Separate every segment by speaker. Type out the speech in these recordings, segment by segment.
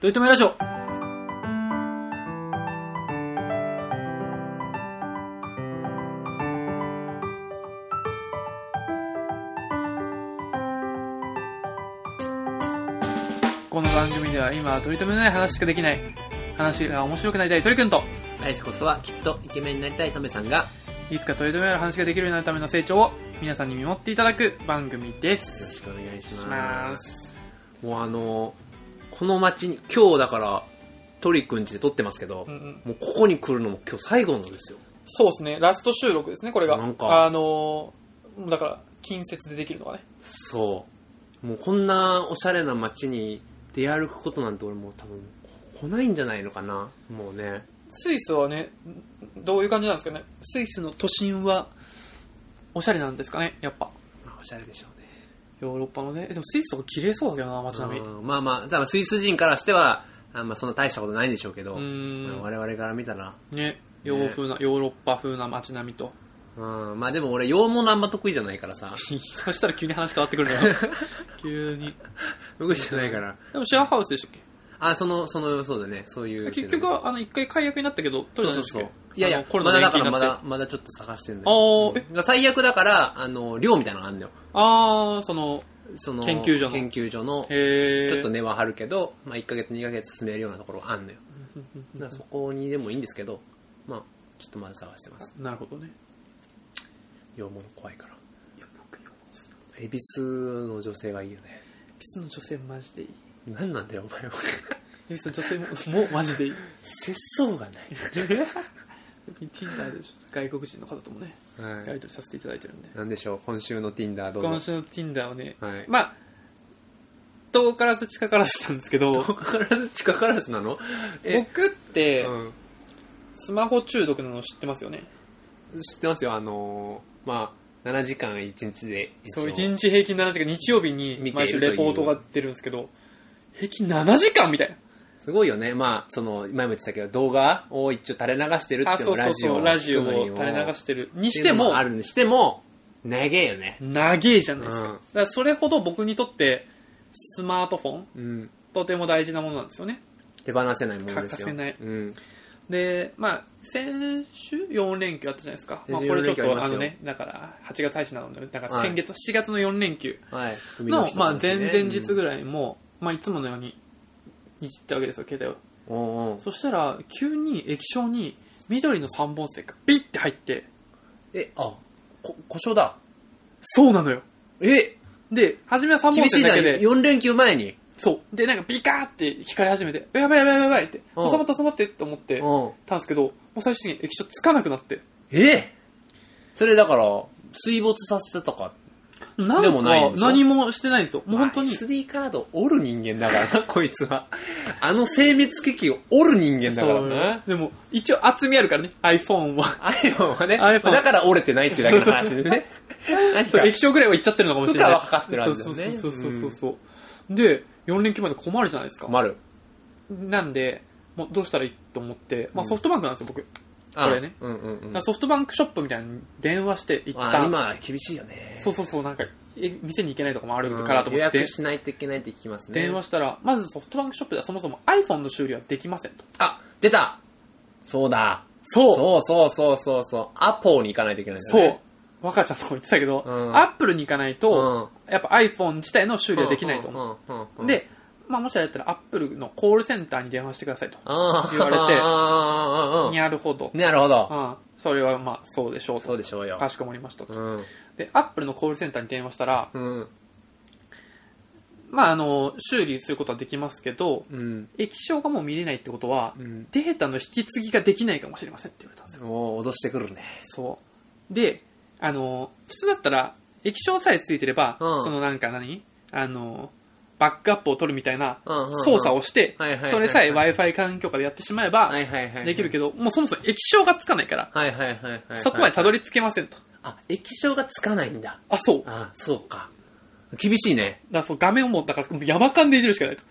Speaker 1: といってもラジオこの番組では今は取り留めのない話しかできない話が面白くなりたい鳥くんと
Speaker 2: 来世こそはきっとイケメンになりたいトメさんが、よ
Speaker 1: いつか取り留めのある話ができるようになるための成長を皆さんに見守っていただく番組です
Speaker 2: ろしくお願いし
Speaker 1: し
Speaker 2: ま。
Speaker 1: ますす
Speaker 2: もうあの、この街に、今日だから、トリックんちで撮ってますけど、
Speaker 1: うんうん
Speaker 2: もうここに来るのも今日最後のですよ。
Speaker 1: そうですねラスト収録ですねこれが
Speaker 2: なんか
Speaker 1: あのーだから近接でできるのがね
Speaker 2: そう。もうこんなおしゃれな街に出歩くことなんて俺もう多分来ないんじゃないのかな。もうね。
Speaker 1: スイスはねどういう感じなんですかねスイスの都心はおしゃれなんですかねやっぱ
Speaker 2: まあ、おしゃれでしょうね。
Speaker 1: ヨーロッパのねでもスイスとか綺麗そうだけどな街並みう
Speaker 2: うんまあまあ、多分スイス人からしては、あんまそんな大したことないんでしょうけど、
Speaker 1: ー
Speaker 2: まあ
Speaker 1: ん
Speaker 2: 我々から見たら、
Speaker 1: ね洋風なヨーロッパ風な街並みと
Speaker 2: うん、まあでも俺、羊毛のあんま得意じゃないからさ。
Speaker 1: そしたら急に話変わってくるの よ急に
Speaker 2: 得意じゃないから。
Speaker 1: でもシェアハウスでしたっ
Speaker 2: あ、その、その、そうだね。そういう。
Speaker 1: け結局、はあの一回解約になったけど
Speaker 2: そ
Speaker 1: 取
Speaker 2: う
Speaker 1: れた
Speaker 2: そ
Speaker 1: んでした
Speaker 2: うそ
Speaker 1: っ
Speaker 2: う
Speaker 1: け。
Speaker 2: いやい
Speaker 1: あ
Speaker 2: や
Speaker 1: の、コロ
Speaker 2: ま
Speaker 1: ナ
Speaker 2: だ
Speaker 1: 延
Speaker 2: だ
Speaker 1: 期
Speaker 2: か
Speaker 1: にな
Speaker 2: らま
Speaker 1: って
Speaker 2: だ、まだちょっと探してんだ
Speaker 1: あーえ
Speaker 2: よ。最悪だから、あの、寮みたいなのあんだよ。
Speaker 1: ああその
Speaker 2: その、
Speaker 1: 研究所の
Speaker 2: 研究所の、
Speaker 1: へえ
Speaker 2: ちょっと根は張るけど、まあ1ヶ月2ヶ月進めるようなところがあんのよ。だからそこにでもいいんですけど、まあ、ちょっとまだ探してます。
Speaker 1: なるほどね
Speaker 2: 羊毛の怖いから。いや、僕、羊毛。恵比寿の女性がいいよね。
Speaker 1: ピスの女性マジでいい
Speaker 2: なんなんだよ、お 前は。
Speaker 1: ピスの女性ももうマジでいい
Speaker 2: 節操がない。
Speaker 1: Tinder でちょっと外国人の方ともねや
Speaker 2: は
Speaker 1: り取りさせていただいてるんで
Speaker 2: い。なんでしょう、今週の Tinder どうぞ。
Speaker 1: 今週の Tinder をね
Speaker 2: はい。
Speaker 1: まあ遠からず近からずなんですけど
Speaker 2: 遠からず近からずなのえ、
Speaker 1: 僕って
Speaker 2: う
Speaker 1: スマホ中毒なの知ってますよね
Speaker 2: ん、知ってますよあのーまあ7時間1日で一応
Speaker 1: そう1日平均7時間日曜日に
Speaker 2: 見て
Speaker 1: 毎
Speaker 2: い
Speaker 1: 週
Speaker 2: るという
Speaker 1: レポートが出るんですけど平均7時間みたいな
Speaker 2: すごいよねまあその前も言ってたけど動画を一応垂れ流してるって
Speaker 1: あ
Speaker 2: いう
Speaker 1: そ
Speaker 2: の
Speaker 1: うそうそうラジオを垂れ流
Speaker 2: て
Speaker 1: してるにしても
Speaker 2: あるにしても長えよね
Speaker 1: 長えじゃないですか、
Speaker 2: うん
Speaker 1: だからそれほど僕にとってスマートフォン
Speaker 2: うん
Speaker 1: とても大事なものなんですよね
Speaker 2: 手放せないものですよ
Speaker 1: 欠かせない
Speaker 2: うん、
Speaker 1: でまあ先週4連休あったじゃないですか、まあ、
Speaker 2: 先週
Speaker 1: これちょっ
Speaker 2: 4連休
Speaker 1: と
Speaker 2: ありま
Speaker 1: あ
Speaker 2: した
Speaker 1: の
Speaker 2: よ
Speaker 1: ねだから8月配信なのでだから
Speaker 2: はい
Speaker 1: 先月、7月の4連休
Speaker 2: はい
Speaker 1: の、まあ、前々日ぐ
Speaker 2: らい、
Speaker 1: らいも、まあ、いつものようにいじったわけですよ携帯を
Speaker 2: うんおうおう
Speaker 1: そしたら急に液晶に緑の三本線がビッて入って
Speaker 2: えあこ故障だ
Speaker 1: そうなのよ
Speaker 2: え
Speaker 1: で初めは三本
Speaker 2: 厳し
Speaker 1: 線
Speaker 2: いじ
Speaker 1: だ
Speaker 2: ゃん
Speaker 1: けで
Speaker 2: 4連休前に
Speaker 1: そう。で、なんかビカーって光り始めて、やばいやばいやばいって、
Speaker 2: うん
Speaker 1: 収まった収まってって思って
Speaker 2: うん
Speaker 1: たんですけど、もう最終的に液晶つかなくなって。
Speaker 2: えそれだから水没させてたか
Speaker 1: なん
Speaker 2: でもない
Speaker 1: か
Speaker 2: んでしょ
Speaker 1: 何もしてないんですよ。もう本当
Speaker 2: まあ
Speaker 1: に。
Speaker 2: SD カード折る人間だからな、こ いつは。あの精密機器を折る人間だからな。
Speaker 1: でも、一応厚みあるからね、iPhone は。
Speaker 2: iPhone はね、
Speaker 1: iPhone
Speaker 2: まあだから折れてないっていうだけの話でね。何
Speaker 1: そう
Speaker 2: か。
Speaker 1: 液晶ぐらいはいっちゃってるのかもしれない。
Speaker 2: 負荷はかかってるはずだよね
Speaker 1: そうそうそうそうそうそう。で、4連休まで困るじゃないですか。
Speaker 2: 困る。
Speaker 1: なんで、もうどうしたらいいと思って、まあ
Speaker 2: うん
Speaker 1: ソフトバンクなんですよ、僕。だ
Speaker 2: あ
Speaker 1: これね
Speaker 2: うんうんうん
Speaker 1: から。ソフトバンクショップみたいに電話して、一
Speaker 2: あ
Speaker 1: 旦。
Speaker 2: 今、厳しいよね。
Speaker 1: そうそうそう、なんか、え店に行けないとかもあるからと
Speaker 2: うん予
Speaker 1: 思って。
Speaker 2: 約しないといけないって聞きますね。
Speaker 1: 電話したら、まずソフトバンクショップではそもそも iPhone の修理はできませんと。
Speaker 2: あ、出たそうだ。
Speaker 1: そう
Speaker 2: そうそうそうそうそう。アポに行かないといけないんだ
Speaker 1: そう
Speaker 2: ね。。
Speaker 1: 若ちゃんとも言ってたけど、
Speaker 2: うん
Speaker 1: アップルに行かないと、やっぱ iPhone 自体の修理はできないと思
Speaker 2: 思
Speaker 1: う。、で、まあ、もしあれだったらアップルのコールセンターに電話してくださいと。言
Speaker 2: 言
Speaker 1: われて
Speaker 2: れ
Speaker 1: にゃるほど。
Speaker 2: なるほ
Speaker 1: う
Speaker 2: ど。
Speaker 1: ん。それはまあ、そうでしょうと
Speaker 2: そうでしょうよ
Speaker 1: か。しこまりましたと。
Speaker 2: うん。
Speaker 1: で、アップルのコールセンターに電話したら、
Speaker 2: うん。
Speaker 1: まあ、あの、修理することはできますけど、
Speaker 2: うん。
Speaker 1: 液晶がもう見れないってことは
Speaker 2: う、ん。
Speaker 1: データの引き継ぎができないかもしれませんって言われたんですよ
Speaker 2: おー脅してくるね。
Speaker 1: そう。で、あの、普通だったら、液晶さえついてれば、
Speaker 2: うん
Speaker 1: そのなんか何あの、バックアップを取るみたいな
Speaker 2: うんうんうん
Speaker 1: 操作をして
Speaker 2: はいはいはいは、い
Speaker 1: それさえ Wi-Fi 環境下でやってしまえば、
Speaker 2: はいはいはい。
Speaker 1: できるけど、もうそもそも液晶がつかないから、
Speaker 2: ど。はいはいはいはい。
Speaker 1: そこまでたど
Speaker 2: り。
Speaker 1: り着けませんと。
Speaker 2: あ、液晶がつかないんだ。
Speaker 1: あ、そう。だか
Speaker 2: あ、そうか。厳しいね。
Speaker 1: らそう画面をもう、だからもう山間でいじるしかないと。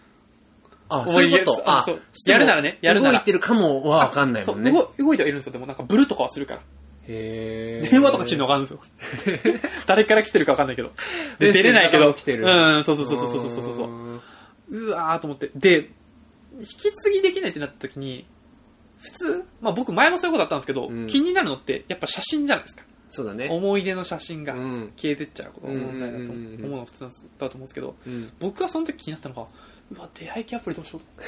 Speaker 2: あ、
Speaker 1: お
Speaker 2: そう
Speaker 1: い
Speaker 2: いうこと。
Speaker 1: や
Speaker 2: あ
Speaker 1: そう、
Speaker 2: しても
Speaker 1: やるならねやるなら
Speaker 2: 動いてるかもはわかんないもんね。
Speaker 1: そう動動いてはいるんですよ。でもなんかブルとかはするから。
Speaker 2: へー
Speaker 1: 電話とか来てるの。があ るんですよ。誰から来てるかわかんないけど。で
Speaker 2: メッセー
Speaker 1: 出
Speaker 2: ジ
Speaker 1: れないけ
Speaker 2: から
Speaker 1: ど。
Speaker 2: も来てる
Speaker 1: うん、そうそうそうそうそうそうそう。うわーと思って。で、引き継ぎできないってなった時に、普通、まあ僕前もそういうことあったんですけど、
Speaker 2: うん
Speaker 1: 気になるのってやっぱ写真じゃないですか。
Speaker 2: そうだね。
Speaker 1: 思い出の写真が
Speaker 2: うん。
Speaker 1: 消えてっちゃうことが問題だと
Speaker 2: うんう
Speaker 1: 思
Speaker 2: んうんうん
Speaker 1: うのが普通だと思うんですけど、
Speaker 2: うん。
Speaker 1: 僕はその時気になったのが、うわ、出会い系アプリどうしようと。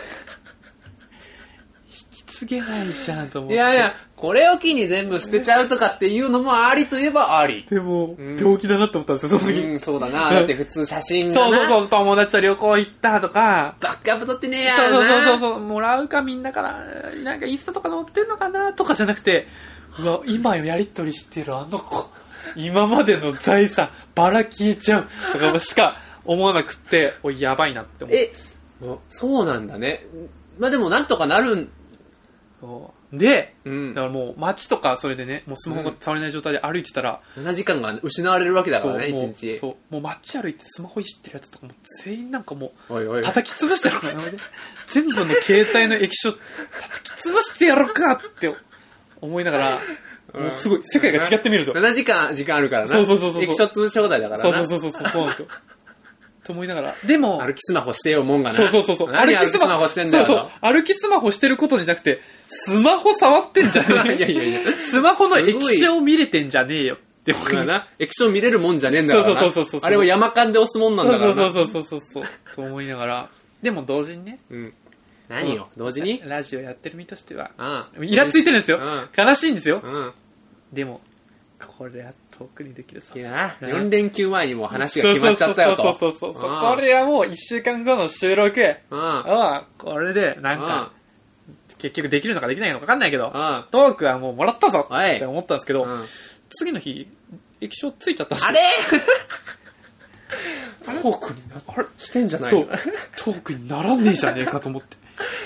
Speaker 1: 引き継げないじゃんと思っ
Speaker 2: い
Speaker 1: て。
Speaker 2: やいや、これを機に全部捨てちゃうとかっていうのもありといえばあり。
Speaker 1: でも、
Speaker 2: うん
Speaker 1: 病気だなと思ったんですよ、その時。
Speaker 2: うん、そうだな。だって普通写真が
Speaker 1: そう
Speaker 2: な。
Speaker 1: そうそう、友達と旅行行ったとか、
Speaker 2: バックアップ取ってねえや
Speaker 1: そう
Speaker 2: な。
Speaker 1: そうそうそう、もらうかみんなから、なんかインスタとか載ってんのかなとかじゃなくて、うわ、今やりとりしてるあの子、今までの財産、ばら消えちゃうとかしか思わなくって、おい、やばいなって思って
Speaker 2: え、そうなんだね。まあでもなんとかなるん。
Speaker 1: そう。で、
Speaker 2: うん
Speaker 1: だからもう街とかそれでね、もうスマホが触れない状態で歩いてたら、
Speaker 2: 7時間が失われるわけだか
Speaker 1: そう
Speaker 2: らね、一
Speaker 1: もう
Speaker 2: 日。
Speaker 1: そう、もう街歩いてスマホいじってるやつとかもう全員なんかもう、
Speaker 2: おいおい。
Speaker 1: 叩き潰してやろうかな、俺 全部の携帯の液晶、叩き潰してやろうかって思いながら、
Speaker 2: うん
Speaker 1: もうすごい、世界が違って見えるぞ。
Speaker 2: 7時間、時間あるからな。
Speaker 1: そうそうそうそう
Speaker 2: 液晶潰し放題だから
Speaker 1: そう
Speaker 2: な。
Speaker 1: そうそうそう、そうなんですよ。と思いながら。でも、
Speaker 2: 歩きスマホしてよ、もんがな。
Speaker 1: そうそうそうそう。
Speaker 2: 何歩きスマホしてんだよ。
Speaker 1: そうそう。歩きスマホしてることにじゃなくて、スマホ触ってんじゃねえよ。
Speaker 2: いやいやいや
Speaker 1: スマホの液晶見れてんじゃねえよって思い
Speaker 2: まあな、液晶見れるもんじゃねえんだからな。
Speaker 1: そうそうそうそうそう
Speaker 2: あれは山間で押すもんなんだからな。
Speaker 1: そうそうそうそうそうそう。と思いながら。でも同時にね、
Speaker 2: うん。何よ、同時に
Speaker 1: ラジオやってる身としては、
Speaker 2: ああ
Speaker 1: イラついてるんですよ。
Speaker 2: うん。
Speaker 1: 悲しいんですよ。
Speaker 2: うん。
Speaker 1: でも、これは遠くにできるさ
Speaker 2: い。やな、
Speaker 1: うん
Speaker 2: 4連休前にもう話が決まっちゃったよと。
Speaker 1: そうそうそうそうそう
Speaker 2: ああ
Speaker 1: これはもう一週間後の収録。
Speaker 2: うん。うん。
Speaker 1: ああこれで、なん
Speaker 2: うん
Speaker 1: か、結局できるのかできないのか分かんないけど、
Speaker 2: あ
Speaker 1: トークはもうもらったぞ
Speaker 2: はい
Speaker 1: って思ったんですけど、次の日、液晶ついちゃったんですよ
Speaker 2: れトークにな
Speaker 1: あれ
Speaker 2: してんじゃない
Speaker 1: そ
Speaker 2: の
Speaker 1: う。トークにならねえじゃねえかと思って。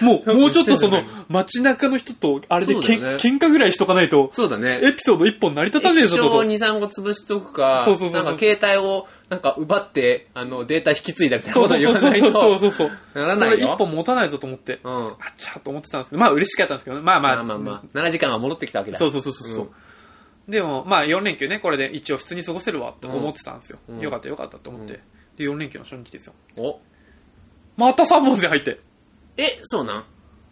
Speaker 1: もう、もうちょっとその
Speaker 2: してんじゃ、
Speaker 1: 街中の人と、あれでけん、
Speaker 2: そうだよね
Speaker 1: 喧嘩ぐらいしとかないと、
Speaker 2: そうだね。
Speaker 1: エピソード一本成り立たねえ
Speaker 2: 液
Speaker 1: ぞ
Speaker 2: 晶
Speaker 1: と
Speaker 2: を。2、3個潰しとくか、
Speaker 1: そうそうそうそう
Speaker 2: なんか携帯をなんか奪って、あの、データ引き継いだみたいな
Speaker 1: そう
Speaker 2: こと
Speaker 1: そう
Speaker 2: は言わ
Speaker 1: そ
Speaker 2: な
Speaker 1: う
Speaker 2: い
Speaker 1: そうそう
Speaker 2: と、
Speaker 1: そうそう。
Speaker 2: なら
Speaker 1: こ
Speaker 2: な
Speaker 1: れ
Speaker 2: い
Speaker 1: 一
Speaker 2: よ。
Speaker 1: 本持たないぞと思って、
Speaker 2: うん。ま
Speaker 1: あっちゃーと思ってたんですけど、まあ嬉しかったんですけどね。まあまあ。
Speaker 2: あまあまあ、7時間は戻ってきたわけだ。
Speaker 1: そうそうそうそう。うでも、まあ4連休ね、これで一応普通に過ごせるわと思ってたんですよ。
Speaker 2: うん
Speaker 1: よかったよかったと思って。
Speaker 2: うん
Speaker 1: で、4連休の初日ですよ。
Speaker 2: お
Speaker 1: また3本線入って、
Speaker 2: え、そうなん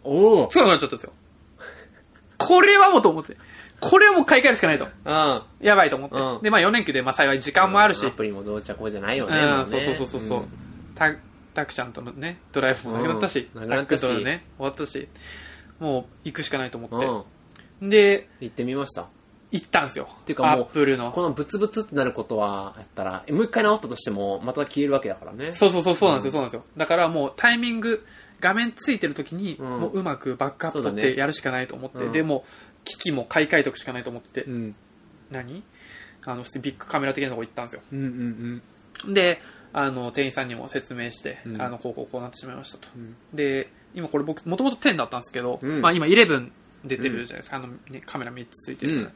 Speaker 2: おお。
Speaker 1: そうなっちゃったんですよ。これはもうと思って。これはもう買い替えるしかないと。
Speaker 2: うん。
Speaker 1: やばいと思って。
Speaker 2: うん
Speaker 1: で、まあ4連休で、まあ幸い時間もあるし。
Speaker 2: アプリもどうちゃこうじゃないよね。
Speaker 1: うん
Speaker 2: もね
Speaker 1: そうそうそうそうそう、
Speaker 2: ん
Speaker 1: たたくちゃんとのねドライブもなくなったし、
Speaker 2: う
Speaker 1: た
Speaker 2: んなくなったし
Speaker 1: くとのね終わったしもう行くしかないと思
Speaker 2: う
Speaker 1: っ
Speaker 2: ん。
Speaker 1: て、で
Speaker 2: 行ってみました。
Speaker 1: 行ったんですよ
Speaker 2: ていうかもう
Speaker 1: アップル
Speaker 2: こ
Speaker 1: の
Speaker 2: のブツブツってなることは、やったら、もう一回直ったとしても、また消えるわけだからね。
Speaker 1: そうそうそうそうなんですよ、
Speaker 2: うん
Speaker 1: そうなんですよだからもうタイミング画面ついてる時に、
Speaker 2: うん
Speaker 1: もううまくバックアップ
Speaker 2: そう
Speaker 1: 取
Speaker 2: だ
Speaker 1: っ
Speaker 2: ね
Speaker 1: てやるしかないと思って、
Speaker 2: うん
Speaker 1: でもう機器も買い替えとくしかないと思って、
Speaker 2: うん。
Speaker 1: 何あの普通にビッグカメラ的なとこ行ったんですよ
Speaker 2: うんうん
Speaker 1: であの店員さんにも説明して、
Speaker 2: うん
Speaker 1: あのこうこうこうなってしまいましたと、
Speaker 2: うん。
Speaker 1: で今これ僕もともと10だったんですけど、
Speaker 2: うん
Speaker 1: まあ、今11出てるじゃないですか、あのね、カメラ3つついてる、
Speaker 2: うん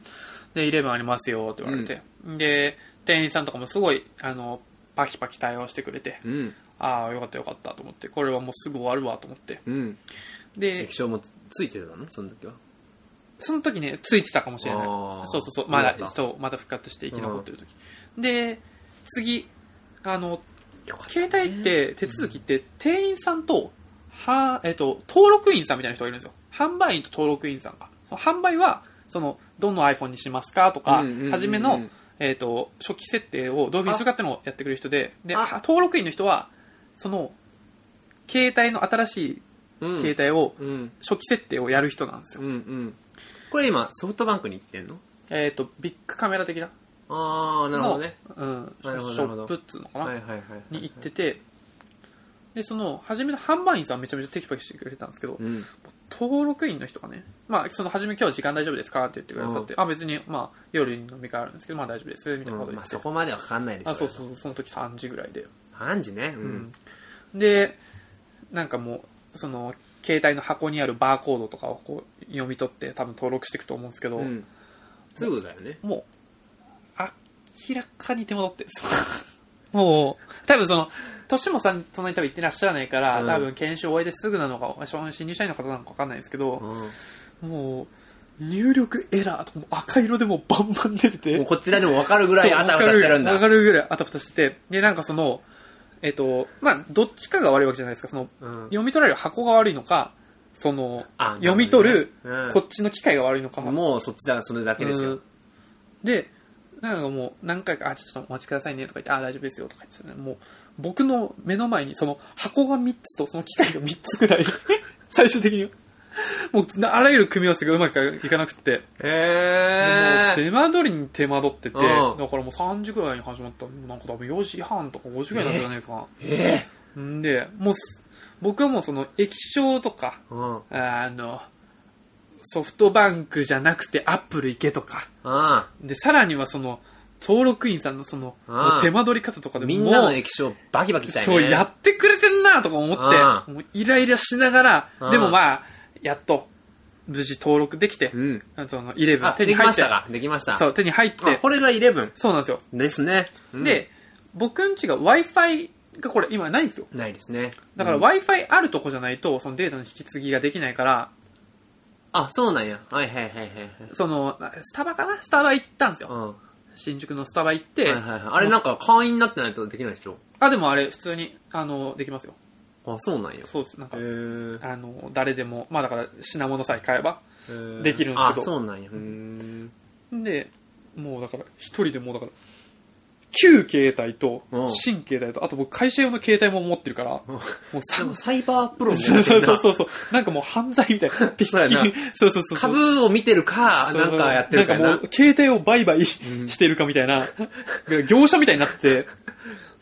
Speaker 1: で11ありますよって言われて、で店員さんとかもすごいあのパキパキ対応してくれて、
Speaker 2: うん。
Speaker 1: ああよかったよかったと思ってこれはもうすぐ終わるわと思って
Speaker 2: うん。
Speaker 1: で
Speaker 2: 液晶もついてるだろ、その時は。
Speaker 1: その時ねついてたかもしれない
Speaker 2: あー
Speaker 1: そうそうそうまだ
Speaker 2: よかった
Speaker 1: そうまだ復活して生き残ってる時、で次あの
Speaker 2: よか
Speaker 1: 携帯って手続きって店員さんとは、えっと登録員さんみたいな人がいるんですよ販売員と登録員さんがその販売はそのどの iPhone にしますかとか、
Speaker 2: うんうんうんうん
Speaker 1: 初めの、えっと初期設定をどういうふうにするかっていうのをやってくれる人でで
Speaker 2: あ
Speaker 1: 登録員の人はその携帯の新しい
Speaker 2: うん。
Speaker 1: 携帯を、
Speaker 2: うん。
Speaker 1: 初期設定をやる人なんです
Speaker 2: う
Speaker 1: よ、
Speaker 2: んうん。これ今、ソフトバンクに行ってんの
Speaker 1: えっ、とビッグカメラ的な
Speaker 2: あー、なるほどね。
Speaker 1: うん、シ
Speaker 2: なるほ
Speaker 1: ョ
Speaker 2: ど
Speaker 1: ップっつうのかな、
Speaker 2: はいはいはい。
Speaker 1: に行っててでその初めの販売員さんめちゃめちゃテキパキしてくれたんですけど、
Speaker 2: うん。
Speaker 1: 登録員の人がね、まあ、その初め今日時間大丈夫ですかって言ってくださって、あ、別に、まあ、夜に飲み会あるんですけど、まあ大丈夫です、みたいなこと
Speaker 2: う
Speaker 1: 言
Speaker 2: んまあ
Speaker 1: って。
Speaker 2: そこまではかかんないでしょ。
Speaker 1: あ、そうそうそう、その時3時ぐらいで。
Speaker 2: 3時ね。う。
Speaker 1: うんで、なんかもう、その、携帯の箱にあるバーコードとかをこう読み取って多分登録していくと思うんですけど、
Speaker 2: うん。すぐだよね。
Speaker 1: もう、明らかに手戻 ってるんですよもう、多分その、年もさん、そんなに多分行ってらっしゃらないから、
Speaker 2: うん
Speaker 1: 多分研修終えてすぐなのか、新入社員の方なのかわかんないんですけど、
Speaker 2: うん。も
Speaker 1: もう、入力エラーとかも赤色でもうバンバン出てて。
Speaker 2: うこちらでもわかるぐらいあたふたしてるんだ。
Speaker 1: 上がるぐらいあたふたしてて。で、なんかその、えっと、まあ、どっちかが悪いわけじゃないですか。その、
Speaker 2: うん
Speaker 1: 読み取られる箱が悪いのか、その、
Speaker 2: あ
Speaker 1: 読み取る、
Speaker 2: なるほどねうん
Speaker 1: こっちの機械が悪いのか。
Speaker 2: もうそっちだ、それだけです
Speaker 1: う
Speaker 2: よ
Speaker 1: ん。で、なんかもう何回か、あ、ちょっとお待ちくださいねとか言って、あ、大丈夫ですよとか言ってたね、もう僕の目の前にその箱が3つとその機械が3つぐらい、 最終的に。もうなあらゆる組み合わせがうまくいかなくって、もう
Speaker 2: え
Speaker 1: 手間取りに手間取ってて、
Speaker 2: うん
Speaker 1: だからもう3時ぐらいに始まったなんか多分4時半とか5時ぐらいになったじゃないですか。
Speaker 2: ー、え
Speaker 1: んで、もうす僕はもうその液晶とか、
Speaker 2: ー、うん。
Speaker 1: あの、ソフトバンクじゃなくてアップル行けとか、
Speaker 2: あ
Speaker 1: で、さらにはその、登録員さんのその、
Speaker 2: ああ
Speaker 1: もう手間取り方とか
Speaker 2: あ。
Speaker 1: で
Speaker 2: みんな
Speaker 1: もう、
Speaker 2: の液晶バキバキしたいね。
Speaker 1: そう、やってくれてんなとか思
Speaker 2: あ
Speaker 1: って、もうイライラしながら
Speaker 2: あ、あ
Speaker 1: でもまあ、やっと、無事登録できて
Speaker 2: う、ん。
Speaker 1: その、11
Speaker 2: あ、
Speaker 1: 手
Speaker 2: で
Speaker 1: に
Speaker 2: き
Speaker 1: 入
Speaker 2: ま
Speaker 1: っ
Speaker 2: してた、か。できました。
Speaker 1: そう、手に入っ
Speaker 2: あ
Speaker 1: て、
Speaker 2: これが11
Speaker 1: そうなんですよ。
Speaker 2: ですね。うん、
Speaker 1: で、僕んちが Wi-Fi がこれ今ないんですよ。
Speaker 2: ないですね。
Speaker 1: だから
Speaker 2: うん
Speaker 1: Wi-Fi あるとこじゃないと、そのデータの引き継ぎができないから、
Speaker 2: あ、そうなんや。はいはいはいはいはい。
Speaker 1: その、スタバかなスタバ行ったんです
Speaker 2: う
Speaker 1: よ。
Speaker 2: ん。は
Speaker 1: 新宿のスタバ行っ
Speaker 2: い
Speaker 1: て
Speaker 2: はい、はい。あれなんか会員になってないとできないでしょ。
Speaker 1: あ、でもあれ普通に、あの、できますよ。
Speaker 2: あ、そうなんや。
Speaker 1: そうです。なんか
Speaker 2: へ、ー
Speaker 1: あの、誰でも、まあだから品物さえ買えば。
Speaker 2: へー
Speaker 1: できるんですけど
Speaker 2: あ、そうなんや。うーん。
Speaker 1: で、もうだから、一人でもうだから、旧携帯と
Speaker 2: うん、
Speaker 1: 新携帯と、あと僕会社用の携帯も持ってるから、も
Speaker 2: ん
Speaker 1: う
Speaker 2: で
Speaker 1: さ
Speaker 2: もサイバープロみたい
Speaker 1: そ
Speaker 2: な
Speaker 1: う
Speaker 2: やつや
Speaker 1: そうそ
Speaker 2: な。
Speaker 1: うそうそう。なんかもう犯罪みたいな。ピ
Speaker 2: そうやな
Speaker 1: そうそうそうそう。
Speaker 2: 株を見てるか、
Speaker 1: そう
Speaker 2: なんかやってるかやな。
Speaker 1: なんかもう、携帯を売買
Speaker 2: ん
Speaker 1: してるかみたいな、業者みたいにな ってて、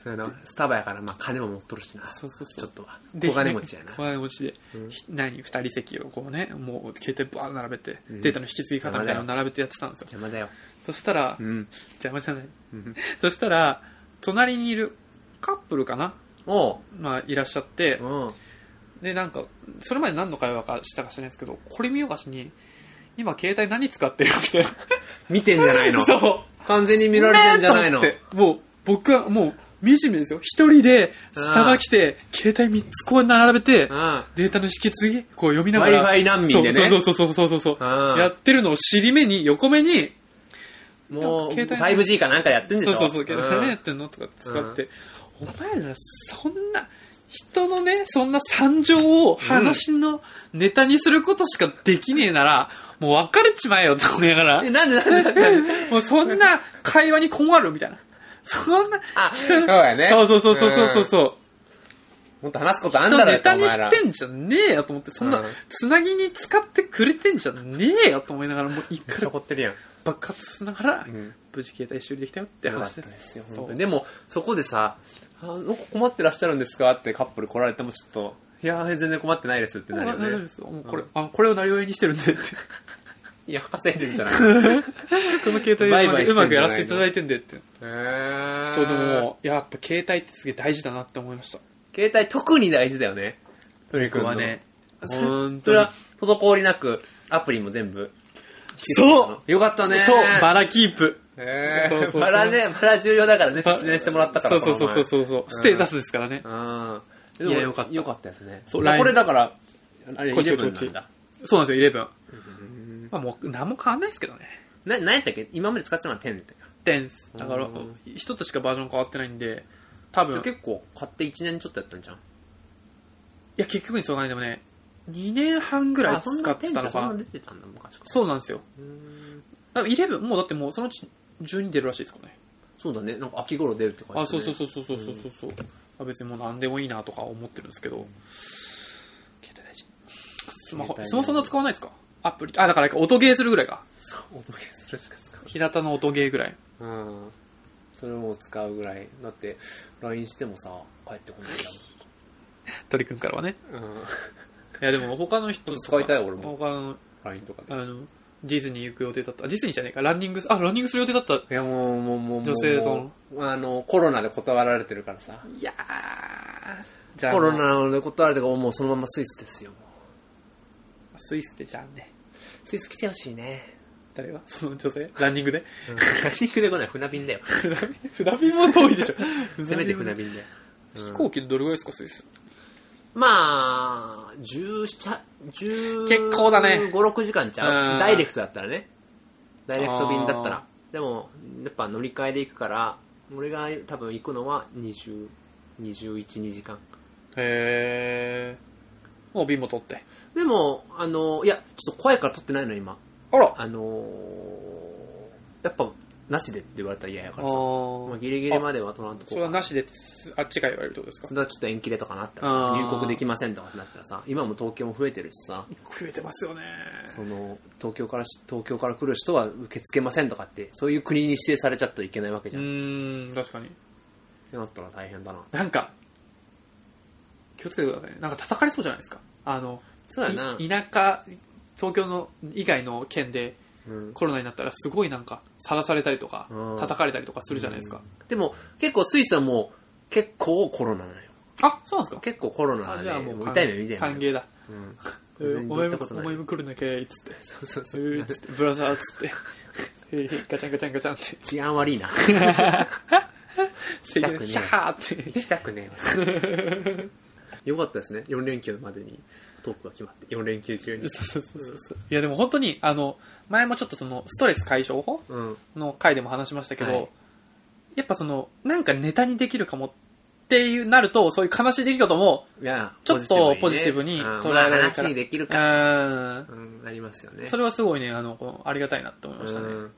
Speaker 2: そうやな。スタバやから、まあ金も持っとるしな。
Speaker 1: そうそうそう
Speaker 2: ちょっとは。
Speaker 1: で
Speaker 2: 小金持ちやな
Speaker 1: 小。金持ちで、ひ何、二人席をこうね、もう携帯バーン並べて、データの引き継ぎ方みたいなの並べてやってたんですよ。
Speaker 2: 邪魔だよ。
Speaker 1: そしたら
Speaker 2: う、ん。
Speaker 1: 邪魔じゃない。
Speaker 2: うん
Speaker 1: そしたら、隣にいるカップルかな
Speaker 2: おう。
Speaker 1: まあ、いらっしゃって
Speaker 2: う、ん。
Speaker 1: で、なんか、それまで何の会話かしたか知らないですけど、これ見よがしに、今携帯何使ってる みたい
Speaker 2: 見てんじゃない
Speaker 1: な。。
Speaker 2: の
Speaker 1: そう。
Speaker 2: 完全に見られてんじゃないの。
Speaker 1: ねえと思ってもう、僕はもう、惨めですよ。一人で、スタバ来て、携帯3つこう並べて
Speaker 2: う、ん。
Speaker 1: データの引き継ぎ、こう読みながら。
Speaker 2: Wi-Fi 難民でね
Speaker 1: そうそうそうそうそうそう。
Speaker 2: うん
Speaker 1: やってるのを尻目に、横目に、
Speaker 2: もう、
Speaker 1: 携帯
Speaker 2: 5G かなんかやってんでし
Speaker 1: そ
Speaker 2: ょ
Speaker 1: うそうそう、携帯何や
Speaker 2: ん
Speaker 1: ってんのとか使って、お前らそんな、人のね、そんな惨状を話のネタにすることしかできねえなら、もう別れちまえよと思いながら
Speaker 2: え、、なんでなんでなんでなんで
Speaker 1: もうそんな会話に困るみたいな。そんな、
Speaker 2: あ、そうやね。
Speaker 1: そうそうそうそうそうそう。
Speaker 2: うん。
Speaker 1: そう
Speaker 2: もっと話すことあんだ
Speaker 1: 人
Speaker 2: ろ
Speaker 1: ネタ
Speaker 2: お
Speaker 1: に
Speaker 2: 前
Speaker 1: し
Speaker 2: ら
Speaker 1: てんじゃねえよと思って、そんな
Speaker 2: うん、
Speaker 1: つなぎに使ってくれてんじゃねえよと思いながら、もう一
Speaker 2: めっち
Speaker 1: 回
Speaker 2: ゃ怒ってるやん。
Speaker 1: 爆発しながら
Speaker 2: うん、
Speaker 1: 無事携帯修理できたよって
Speaker 2: よか
Speaker 1: 話
Speaker 2: った
Speaker 1: で
Speaker 2: です
Speaker 1: す
Speaker 2: よ、
Speaker 1: そ
Speaker 2: 本
Speaker 1: う
Speaker 2: 当に。でも、そこでさ、あの、困ってらっしゃるんですかってカップル来られてもちょっと、いやー、全然困ってないですってな
Speaker 1: 大
Speaker 2: る
Speaker 1: 丈
Speaker 2: よ
Speaker 1: 夫で
Speaker 2: ね。
Speaker 1: すよもうこれ、あの、これをなりわいにしてるんで って。
Speaker 2: いや、稼いでるんじゃない
Speaker 1: この携帯でう
Speaker 2: バイ
Speaker 1: ま
Speaker 2: バイ
Speaker 1: くう
Speaker 2: してんじゃないの
Speaker 1: まくやらせていただいてんでって。
Speaker 2: へー
Speaker 1: そう、でも、やっぱ携帯ってすげえ大事だなって思いました。
Speaker 2: 携帯特に大事だよね。トリ君
Speaker 1: 僕は
Speaker 2: の。
Speaker 1: ね。
Speaker 2: ほん
Speaker 1: 本
Speaker 2: と
Speaker 1: 当
Speaker 2: そ
Speaker 1: に
Speaker 2: れは、滞りなく、アプリも全部。
Speaker 1: そう
Speaker 2: よかったね。
Speaker 1: そう、バラキープ。
Speaker 2: へ
Speaker 1: そうそう
Speaker 2: ー
Speaker 1: そう
Speaker 2: バラね、バラ重要だからね、説明してもらったから。
Speaker 1: そうそうそうそうそう。ステータスですからね
Speaker 2: こ。の前。う
Speaker 1: い
Speaker 2: ん。
Speaker 1: や
Speaker 2: でも
Speaker 1: よかった
Speaker 2: よかったですね。
Speaker 1: そう
Speaker 2: まあ
Speaker 1: LINE
Speaker 2: これだから、あれ、
Speaker 1: こっち
Speaker 2: 11なんだ。
Speaker 1: そうなんですよ、11。まあもう、何も変わんないですけどね。
Speaker 2: な、なんやったっけ今まで使ってたのは10ってか。
Speaker 1: テンス。だから
Speaker 2: うん、
Speaker 1: 一つしかバージョン変わってないんで、多
Speaker 2: じ
Speaker 1: 分、
Speaker 2: ゃあ
Speaker 1: い
Speaker 2: 結構、買って1年ちょっとやったんじゃん。
Speaker 1: や、結局にそうないでもね、2年半ぐらい
Speaker 2: あ、
Speaker 1: 使
Speaker 2: そんな
Speaker 1: っ
Speaker 2: 10
Speaker 1: て
Speaker 2: ったて
Speaker 1: の
Speaker 2: そん
Speaker 1: か
Speaker 2: な
Speaker 1: な。
Speaker 2: 出てたんだ、昔から。
Speaker 1: そうなんですよ。
Speaker 2: うーん
Speaker 1: だから11、もうだってもう、そのうち12出るらしいですからね。
Speaker 2: そうだね。なんか秋頃出るって感じ。
Speaker 1: あ、そうそうそうそうそうそうそうそう、あ別にもう何でもいいなとか思ってるんですけど。携帯大事。スマホ、
Speaker 2: 携帯ね
Speaker 1: スマホそんな使わないですかアプリ。あ、だから音ゲーするぐらいか。
Speaker 2: そう。音消するしか使う。
Speaker 1: 平田の音ゲーぐらい。
Speaker 2: うん。それも使うぐらい。だって、LINE してもさ、帰ってこない
Speaker 1: 鳥くんからはね。
Speaker 2: やん。うん。
Speaker 1: いや、でも他の人とか
Speaker 2: 使いたい俺も
Speaker 1: 他の、
Speaker 2: LINE とかで。
Speaker 1: あの、ディズニー行く予定だった。ディズニーじゃねえか。ランニングす、あ、ランニングする予定だった。
Speaker 2: いや、もう、もう、もう、
Speaker 1: 女性と
Speaker 2: もうあの、コロナで断られてるからさ。
Speaker 1: いやー。じゃあ、
Speaker 2: コロナで断られてから、もうそのままスイスですよ。
Speaker 1: スイスでじゃあね。
Speaker 2: スイス来てほしいね。
Speaker 1: 誰がその女性ランニングで。
Speaker 2: ランニングで来ない。船便だよ。
Speaker 1: 船便も遠いでしょ。
Speaker 2: せめて船便だよ。
Speaker 1: 飛行機でどれぐらいですか、スイス。
Speaker 2: まあ、17、10
Speaker 1: 結構だね
Speaker 2: 5、6時間ちゃ
Speaker 1: う
Speaker 2: う。
Speaker 1: ん
Speaker 2: ダイレクトだったらね。ダイレクト便だった
Speaker 1: あ
Speaker 2: ら。でも、やっぱ乗り換えで行くから、俺が多分行くのは20、 212時間
Speaker 1: へえもう瓶も取って
Speaker 2: でもあのいやちょっと怖いから撮ってないの今
Speaker 1: あら
Speaker 2: あのーやっぱなしでって言われたら嫌やからさ
Speaker 1: ー
Speaker 2: まあ、ギリギリまでは撮らんとこ
Speaker 1: それはなしでってすあっちが言われるってことですか
Speaker 2: それはちょっと延期でとかなったら
Speaker 1: あ
Speaker 2: さ
Speaker 1: ー
Speaker 2: 入国できませんとかってなったらさ今も東京も増えてるしさ
Speaker 1: 増えてますよね
Speaker 2: その東京からし東京から来る人は受け付けませんとかってそういう国に指定されちゃったらいけないわけ
Speaker 1: う
Speaker 2: じゃん、っ
Speaker 1: ーん確かに
Speaker 2: てなったら大変だな
Speaker 1: なんか気をつけてくださいねなんか叩かれそうじゃないですかあの
Speaker 2: そうやない
Speaker 1: 田舎東京の以外の県で
Speaker 2: うん
Speaker 1: コロナになったらすごいなんかさらされたりとか
Speaker 2: うん
Speaker 1: 叩かれたりとかするじゃないですか、
Speaker 2: でも結構スイスはもう結構コロナなのよ
Speaker 1: あそうなんですか
Speaker 2: 結構コロナ
Speaker 1: あ
Speaker 2: な
Speaker 1: じゃあ
Speaker 2: の
Speaker 1: も
Speaker 2: よ
Speaker 1: う
Speaker 2: もう痛い目見て
Speaker 1: 歓迎だ
Speaker 2: うん
Speaker 1: え
Speaker 2: 全然
Speaker 1: ーお
Speaker 2: 行
Speaker 1: 前
Speaker 2: った
Speaker 1: も
Speaker 2: こと
Speaker 1: お
Speaker 2: ない
Speaker 1: 前も来るんだけっつって
Speaker 2: そうそう
Speaker 1: う
Speaker 2: そう
Speaker 1: ーっつってブラザーっつってへいへいガチャンガチャンガチャンって
Speaker 2: 治安悪 いな
Speaker 1: シ
Speaker 2: たくねえ
Speaker 1: ャーって
Speaker 2: 行きたくね えよかったですね4連休までにトークが決まって4連休中に
Speaker 1: そうそうそうそういやでも本当にあの前もちょっとそのストレス解消法
Speaker 2: うん
Speaker 1: の回でも話しましたけど、
Speaker 2: はい
Speaker 1: やっぱそのなんかネタにできるかもっていうなるとそういう悲しい出来事も
Speaker 2: いや
Speaker 1: ちょっとポジティブに
Speaker 2: ねうん
Speaker 1: 捉えられるから
Speaker 2: まあ話にできる
Speaker 1: う
Speaker 2: か
Speaker 1: ーん
Speaker 2: うんありますよね
Speaker 1: それはすごいねあのこのありがたいなって思いましたね、
Speaker 2: うん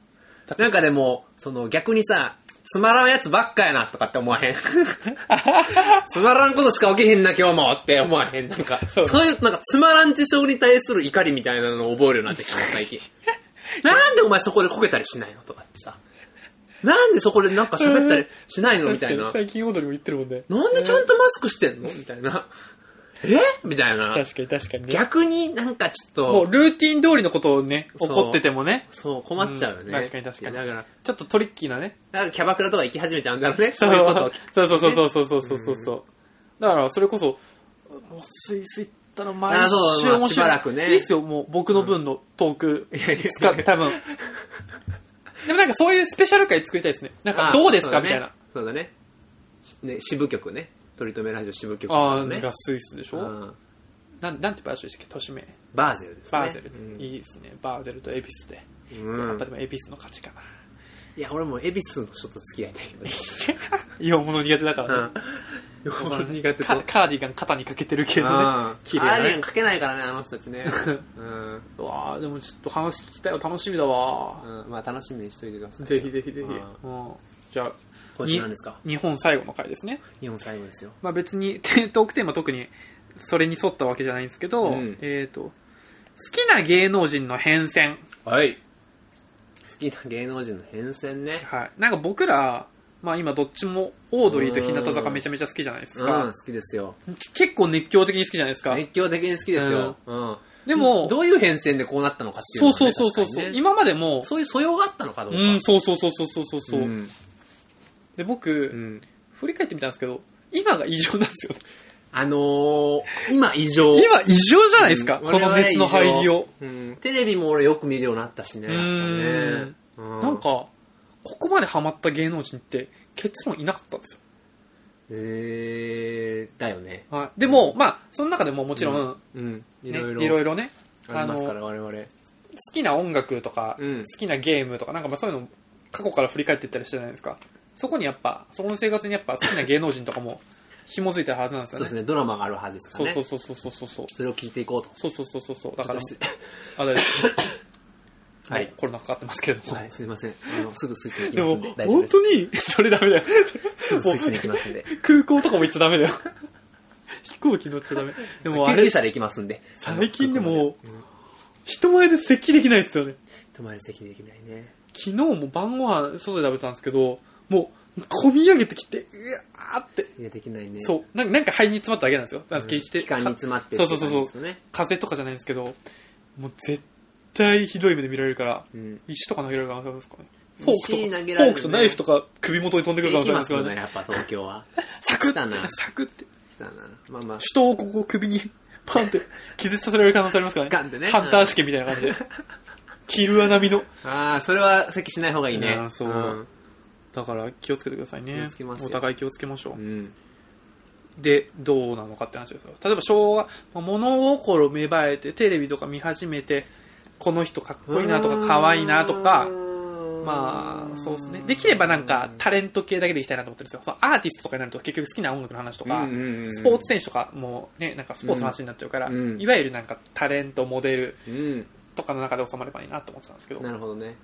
Speaker 2: なんかでも、その逆にさ、つまらんやつばっかやなとかって思わ へん。つまらんことしか起きへんな今日もって思わへん。なんか、
Speaker 1: そ
Speaker 2: そうういう、なんかつまらん事象に対する怒りみたいなのを覚えるようになってき たの最近。なんでお前そこでこけたりしないのとかってさ。なんでそこでなんか喋ったりしないの
Speaker 1: 確
Speaker 2: みた
Speaker 1: か
Speaker 2: い
Speaker 1: に
Speaker 2: な。
Speaker 1: 最近踊りも言ってるもんね
Speaker 2: なんでちゃんとマスクしてんのみたいな。えみたいな。
Speaker 1: 確かに確かにね
Speaker 2: 逆になんかちょっと。
Speaker 1: もうルーティン通りのことをね
Speaker 2: そう
Speaker 1: 怒っててもね
Speaker 2: そう、困っちゃうよね。
Speaker 1: うん確かに確かに
Speaker 2: いやだから、
Speaker 1: ちょっとトリッキーなね
Speaker 2: なんかキャバクラとか行き始めちゃうんだろうね。そういうことを聞く
Speaker 1: そうそうそうそうそうそうそうそうだからそれこそもうスイス行ったの毎週
Speaker 2: あそうま
Speaker 1: 面
Speaker 2: あ
Speaker 1: 白い
Speaker 2: しばらくね
Speaker 1: いいっすよもう僕の分のトーク
Speaker 2: いやいや
Speaker 1: 使って 多分でもなんかそういうスペシャル回作りたいですねなんかどうですか、みたいな。
Speaker 2: そうだね。そうだね。しね、支部局ね。取り留めラジオ支部局
Speaker 1: あ
Speaker 2: の
Speaker 1: あ、
Speaker 2: ね。
Speaker 1: がスイスでしょ、
Speaker 2: うん
Speaker 1: なんなんて場所でしたっけ都市名
Speaker 2: バーゼルですね。
Speaker 1: バーゼル、いいですねバーゼルと恵比寿で、
Speaker 2: うん
Speaker 1: やっぱ
Speaker 2: うん
Speaker 1: でも恵比寿の勝ち かな
Speaker 2: いや、俺も恵比寿の人と付き合いた いけどね。
Speaker 1: 今物苦手だからね、
Speaker 2: う ん。よほど苦手
Speaker 1: カ
Speaker 2: と。
Speaker 1: カーディガン肩にかけてるけどね
Speaker 2: あ
Speaker 1: 綺
Speaker 2: ー
Speaker 1: 麗な
Speaker 2: アイ
Speaker 1: ね
Speaker 2: アンかけないからね、あの人た ちね。うん。
Speaker 1: うわあでもちょっと話聞きたいよ楽しみだわ、
Speaker 2: うんまあ、楽しみにしといてください。
Speaker 1: ぜひぜひぜひ、
Speaker 2: うん
Speaker 1: うんじゃあ
Speaker 2: 今週なんですか
Speaker 1: に日本最後の回ですね、
Speaker 2: 日本最後ですよ。
Speaker 1: まあ、別に テトークテーマ特にそれに沿ったわけじゃないんですけど、
Speaker 2: うん
Speaker 1: えっ、と好きな芸能人の変遷
Speaker 2: はい。好きな芸能人の変遷ね。
Speaker 1: はいなんか僕らまあ今どっちもオードリーと日向坂めちゃめちゃ好きじゃないです
Speaker 2: うん、好
Speaker 1: か、
Speaker 2: きですよ。
Speaker 1: 結構熱狂的に好きじゃないですか、
Speaker 2: 熱狂的に好きですよ。うん。
Speaker 1: でも
Speaker 2: どういう変遷でこうなったのかっていう
Speaker 1: そ
Speaker 2: の
Speaker 1: う
Speaker 2: が
Speaker 1: そう
Speaker 2: ね
Speaker 1: そうそうそう、
Speaker 2: 確かにね
Speaker 1: 今までも
Speaker 2: そういう素養があったのかどうか。
Speaker 1: うんそうそうそうそうそうそうそう、
Speaker 2: ん
Speaker 1: で僕、
Speaker 2: うん
Speaker 1: 振り返ってみたんですけど今が異常なんですよね
Speaker 2: あのー、今異常。
Speaker 1: 今異常じゃないですか、
Speaker 2: うん
Speaker 1: この熱の入りを。、
Speaker 2: 我々異常うんテレビも俺よく見るようになったしね。やっぱねう
Speaker 1: なんか、ここまでハマった芸能人って結論いなかったんですよ。
Speaker 2: えー、だよね。
Speaker 1: はい、でも、まあ、その中でももちろん、
Speaker 2: うん。い
Speaker 1: ね
Speaker 2: ろいろ。
Speaker 1: いろいろね、
Speaker 2: ありますから、我々。
Speaker 1: 好きな音楽とか、
Speaker 2: うん
Speaker 1: 好きなゲームとか、なんかまあそういうの過去から振り返っていったりしたじゃないですか。そこにやっぱ、そこの生活にやっぱ好きな芸能人とかも 紐づいてるはずなんです
Speaker 2: そ
Speaker 1: よ
Speaker 2: うです
Speaker 1: ね。
Speaker 2: ね、ドラマがあるはずですか
Speaker 1: そう
Speaker 2: らね。
Speaker 1: そうそうそうそうそうそう。
Speaker 2: それを聞いていこうと。
Speaker 1: そうそうそうそうそう。だから
Speaker 2: ちょっ、
Speaker 1: あれ、
Speaker 2: はい
Speaker 1: もうコロナかかってますけれども。
Speaker 2: はい、すいません。あの、すぐスイスに行き
Speaker 1: で
Speaker 2: ます
Speaker 1: も
Speaker 2: んで、、大丈夫
Speaker 1: 本
Speaker 2: です
Speaker 1: 当。に、それダメだよ。
Speaker 2: すぐスイスに行きますんで。
Speaker 1: 空港とかも行っちゃダメだよ。 飛行機乗っちゃダメ。でもあ
Speaker 2: 救
Speaker 1: れ
Speaker 2: 急、車で行きますんで。
Speaker 1: 最近で
Speaker 2: あの
Speaker 1: も、人前で咳できないですよね。
Speaker 2: 泊まり席できないね。
Speaker 1: 昨日も晩ご飯外で食べたんですけど、もう、こみ上げてきて、うわーって。
Speaker 2: いや、できないね。
Speaker 1: そう。なんかなんか肺に詰まっただけなんですよ。
Speaker 2: うん。
Speaker 1: 決して。
Speaker 2: 期間に詰まって
Speaker 1: そうそうそうそう
Speaker 2: そう。ね。
Speaker 1: 風邪とかじゃないんですけど、もう絶対ひどい目で見られるから、
Speaker 2: うん。石
Speaker 1: 石とか投げられる可能性ありますからね。フォークと
Speaker 2: 石
Speaker 1: か、
Speaker 2: 投げられるね
Speaker 1: フォークとナイフとか首元に飛んでくる可能性ありま
Speaker 2: ます
Speaker 1: か
Speaker 2: す
Speaker 1: ら
Speaker 2: よね、
Speaker 1: ね。
Speaker 2: やっぱ東京は。
Speaker 1: サクッ
Speaker 2: だな
Speaker 1: て、サクって。
Speaker 2: 来たな。まあまあ。
Speaker 1: 人をここ首にパンって気絶させられる可能性ありますからね。
Speaker 2: ガンってね
Speaker 1: ハンター試験みたいな感じで。キルア並みの。
Speaker 2: ああ、それは席しない方がいいね
Speaker 1: あー。そうだから気をつけてくださいね。
Speaker 2: 気をつけますよ
Speaker 1: お互い気をつけましょう
Speaker 2: う。ん。
Speaker 1: で、どうなのかって話ですよ。例えば昭和、物心芽生えてテレビとか見始めて、この人かっこいいなとか可愛いなとか
Speaker 2: う、ーん
Speaker 1: まあ、そうですね。できればなんか、タレント系だけでいきたいなと思ってるんですよ。そのアーティストとかになると結局好きな音楽の話とか、
Speaker 2: うんうんうん
Speaker 1: スポーツ選手とかもね、なんかスポーツの話になっちゃうから、
Speaker 2: うん
Speaker 1: いわゆるなんかタレント、モデル
Speaker 2: うん。
Speaker 1: とかの中で収まればいいなと思ってたんですけど、
Speaker 2: なるほどね。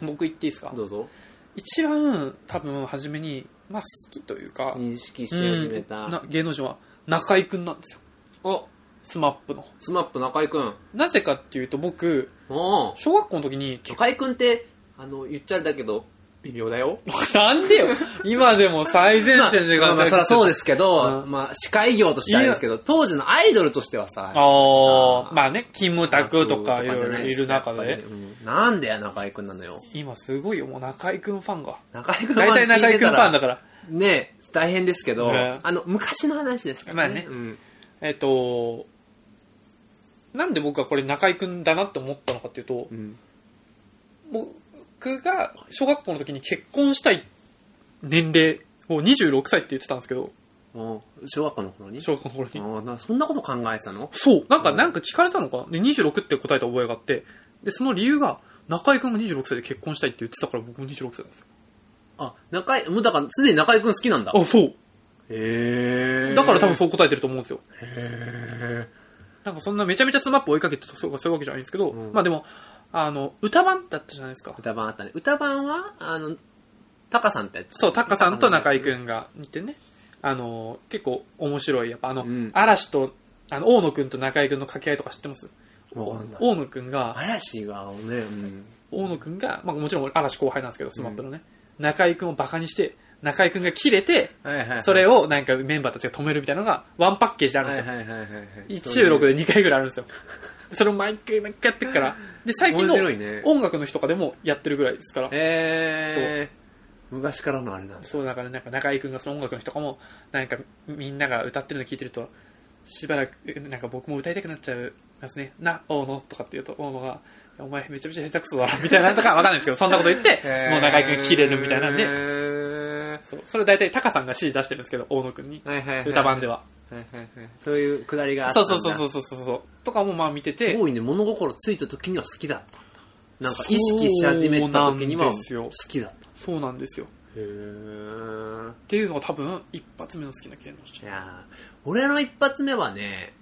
Speaker 1: 僕言っていいですか
Speaker 2: どうぞ。
Speaker 1: 一番多分初めに、まあ好きというか、
Speaker 2: 認識し始め
Speaker 1: う
Speaker 2: た
Speaker 1: ん。な芸能人は中居くんなんですよ。
Speaker 2: お、
Speaker 1: スマップの。
Speaker 2: スマップ中居くん。
Speaker 1: なぜかっていうと僕、
Speaker 2: お
Speaker 1: 小学校の時に、
Speaker 2: 中居くんって、あの、言っちゃあれだけど、微妙だよ。
Speaker 1: なんでよ今でも最前線で
Speaker 2: まあまあそりゃそうですけど、
Speaker 1: うん
Speaker 2: まあ、司会業としてあれですけど、当時のアイドルとしてはさ、
Speaker 1: あ
Speaker 2: さ
Speaker 1: あ、まあね、キムタクとかい
Speaker 2: じゃ
Speaker 1: ろいろ
Speaker 2: ない
Speaker 1: い
Speaker 2: す
Speaker 1: る
Speaker 2: か
Speaker 1: 中
Speaker 2: やっぱ
Speaker 1: で
Speaker 2: り、うんなんでや、中居くんなのよ。
Speaker 1: 今すごいよ、もう中居くんファ ンが。
Speaker 2: 中居くん
Speaker 1: 大体中居くんファンだから。
Speaker 2: ら。ね大変ですけど、
Speaker 1: ね
Speaker 2: あの、昔の話ですからね。
Speaker 1: まあ
Speaker 2: うん
Speaker 1: えっと、なんで僕はこれ中居くんだなって思ったのかっていうと
Speaker 2: う、ん
Speaker 1: 僕が小学校の時に結婚したい年齢を26歳って言ってたんですけど、
Speaker 2: もう小学校の頃に
Speaker 1: 小学校の頃に。
Speaker 2: あなそんなこと考えてたの
Speaker 1: そう。なんか、
Speaker 2: うん
Speaker 1: なんか聞かれたのかなで、26って答えた覚えがあって、で、その理由が、中居くんが26歳で結婚したいって言ってたから僕も26歳なんですよ。
Speaker 2: あ、中居、もうだから、すでに中居くん好きなんだ。
Speaker 1: あ、そう。
Speaker 2: へえ。
Speaker 1: だから多分
Speaker 2: う。
Speaker 1: そう答えてると思うんですよ。
Speaker 2: へ
Speaker 1: なんかそんなめちゃめちゃスマップ追いかけてとそうかそういうわけじゃないんですけど、
Speaker 2: うん
Speaker 1: まあでも、あの、歌番だったじゃないですか。
Speaker 2: 歌版あったね。歌版は、あの、タカさんってやつ。
Speaker 1: そう、タカさんと中居
Speaker 2: ん。
Speaker 1: くんが似てね、あの、結構面白い、やっぱあの、
Speaker 2: うん
Speaker 1: 嵐と、あの、大野くんと中居くんの掛け合いとか知ってます
Speaker 2: わかんない
Speaker 1: 大野くんが、
Speaker 2: 嵐がね、うん。
Speaker 1: 大野くんが、まあ、もちろん嵐後輩なんですけど、スマップのね、中居くんをバカにして、中居くんが切れて、
Speaker 2: はいはい、はい。
Speaker 1: それをなんかメンバーたちが止めるみたいなのが、ワンパッケージであるん
Speaker 2: は
Speaker 1: です
Speaker 2: い
Speaker 1: よ。
Speaker 2: はいはいはいはい。
Speaker 1: 1収録で2回ぐらいあるんですよ。それを毎回毎回やってるから。で、最近の
Speaker 2: 面白いね
Speaker 1: 音楽の日とかでもやってるぐらいですから。
Speaker 2: えー、昔からのあれなんです。
Speaker 1: そうだから、なんか中居くんがその音楽の日とかも、なんかみんなが歌ってるの聞いてると、しばらく、なんか僕も歌いたくなっちゃいますね。な、大野とかって言うと、大野が、お前めちゃめちゃ下手くそだろ、みたいなのとかわかんないです けど、そんなこと言って、もう中居くんが切れるみたいなん
Speaker 2: へ
Speaker 1: で、
Speaker 2: ー
Speaker 1: そう。それ大体タカさんが指示出してるんですけど、大野くんに。
Speaker 2: はいはいはい。
Speaker 1: 歌版では。
Speaker 2: はいはいはい。そういうくだりがあった
Speaker 1: そ
Speaker 2: ん
Speaker 1: う
Speaker 2: だ。
Speaker 1: そうそうそうそうそう。とかもまあ見てて
Speaker 2: す、ごいね、物心ついた時には好きだったんだ。なんか意識し始めた時に
Speaker 1: そうな
Speaker 2: は
Speaker 1: んですよ
Speaker 2: 好きだった。
Speaker 1: そうなんですよ。
Speaker 2: へー
Speaker 1: っていうのが多分一発目の好きな芸能
Speaker 2: い
Speaker 1: 人
Speaker 2: やー俺の一発目はね、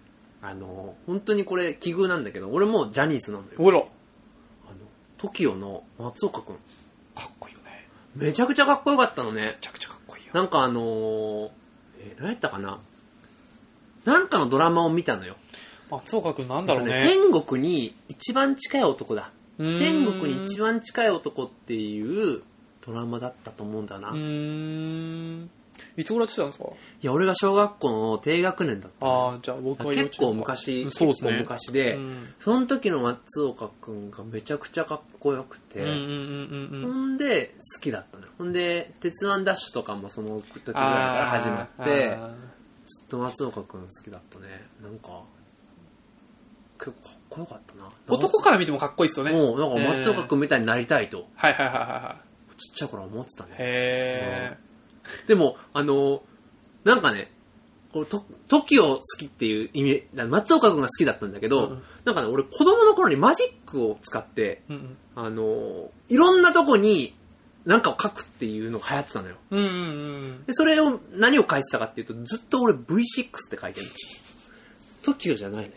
Speaker 2: あの、本当にこれ奇遇なんだけど、俺もうジャニーズなのよ。
Speaker 1: ほら
Speaker 2: あの、TOKIO の松岡くん。
Speaker 1: かっこいいよね
Speaker 2: めちゃくちゃかっこよかったのね
Speaker 1: め。ちゃくちゃかっこいいよ
Speaker 2: なんかあのー、えー何やったかななんかのドラマを見たのよ。
Speaker 1: 松岡君なんだろう
Speaker 2: えっ
Speaker 1: ね
Speaker 2: とね天国に一番近い男だ。天国に一
Speaker 1: 番
Speaker 2: 番近い男っていうドラマだったと思うんだな。
Speaker 1: う
Speaker 2: い
Speaker 1: ーんいつぐらいやってたんですか
Speaker 2: や、俺が小学校の低学年だった
Speaker 1: あ
Speaker 2: のよ。
Speaker 1: あじゃあ僕は幼稚園
Speaker 2: 結構昔、
Speaker 1: うん
Speaker 2: 結
Speaker 1: そうです
Speaker 2: 構
Speaker 1: ね
Speaker 2: 昔で、
Speaker 1: うん
Speaker 2: その時の松岡くんがめちゃくちゃかっこよくて、
Speaker 1: うんうんうんうん
Speaker 2: ほ
Speaker 1: うん
Speaker 2: んで、好きだったのよ。ほんで、鉄腕ダッシュとかもその時ぐらいから始まって、
Speaker 1: あ
Speaker 2: ずっと松岡くん好きだったね。なんか、結構かっこよかったな。
Speaker 1: ー男から見てもかっこいいですよね
Speaker 2: もう、なんか松岡く
Speaker 1: ん
Speaker 2: んみたいになりたいと、
Speaker 1: はいはいはいはいは
Speaker 2: ちっちゃい頃は思ってた
Speaker 1: い
Speaker 2: ね。
Speaker 1: へ
Speaker 2: でも、あの、なんかね、こうと、時を好きっていう意味、松岡くんが好きだったんだけど、
Speaker 1: うん
Speaker 2: なんかね、俺子供の頃にマジックを使って、
Speaker 1: えうん
Speaker 2: あの、いろんなとこになんかを書くっていうのが流行ってたのよ。
Speaker 1: うんうん
Speaker 2: で、それを、何を書いてたかっていうと、ずっと俺 V6 って書いてるの。TOKIO じゃないのよ。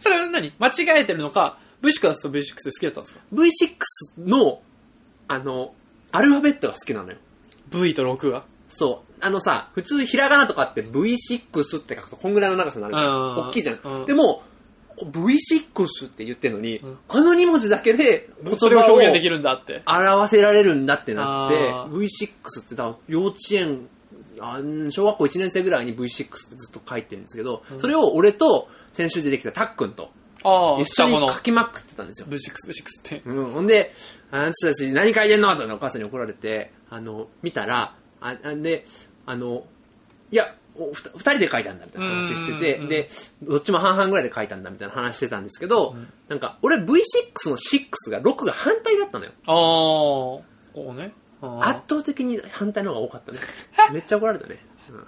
Speaker 1: それは何間違えてるのか V6 だと V6 で好きだったんですか
Speaker 2: V6 の、あの、アルファベットが好きなのよ。
Speaker 1: V と6が
Speaker 2: そう。あのさ、普通ひらがなとかって V6 って書くとこんぐらいの長さになるじゃ
Speaker 1: うん
Speaker 2: ん。大きいじゃ
Speaker 1: うん
Speaker 2: ん。でも、こう V6 って言ってるのに、
Speaker 1: ん
Speaker 2: あの2文字だけで言
Speaker 1: それを
Speaker 2: 葉を
Speaker 1: 表現できるんだって
Speaker 2: 表せられるんだってなって、
Speaker 1: あー
Speaker 2: V6 ってだから幼稚園あうん小学校1年生ぐらいに V6 ってずっと書いてるんですけど、それを俺と先週出てきたたっくんと
Speaker 1: ああ
Speaker 2: 一緒
Speaker 1: の
Speaker 2: に書きまくってたんですよ。
Speaker 1: V6、V6 って。
Speaker 2: うん、ほんで、あんたたち何書いてんのってお母さんに怒られて、あの、見たら、あ、あんで、あの、いや、おふた二人で書いたんだみたいな話してて、
Speaker 1: うんうんうん
Speaker 2: で、どっちも半々ぐらいで書いたんだみたいな話してたんですけど、なんか、俺 V6 の6が6が反対だったのよ。
Speaker 1: ああ、こうね。あ
Speaker 2: 圧倒的に反対の方が多かったね。めっちゃ怒られたね。うん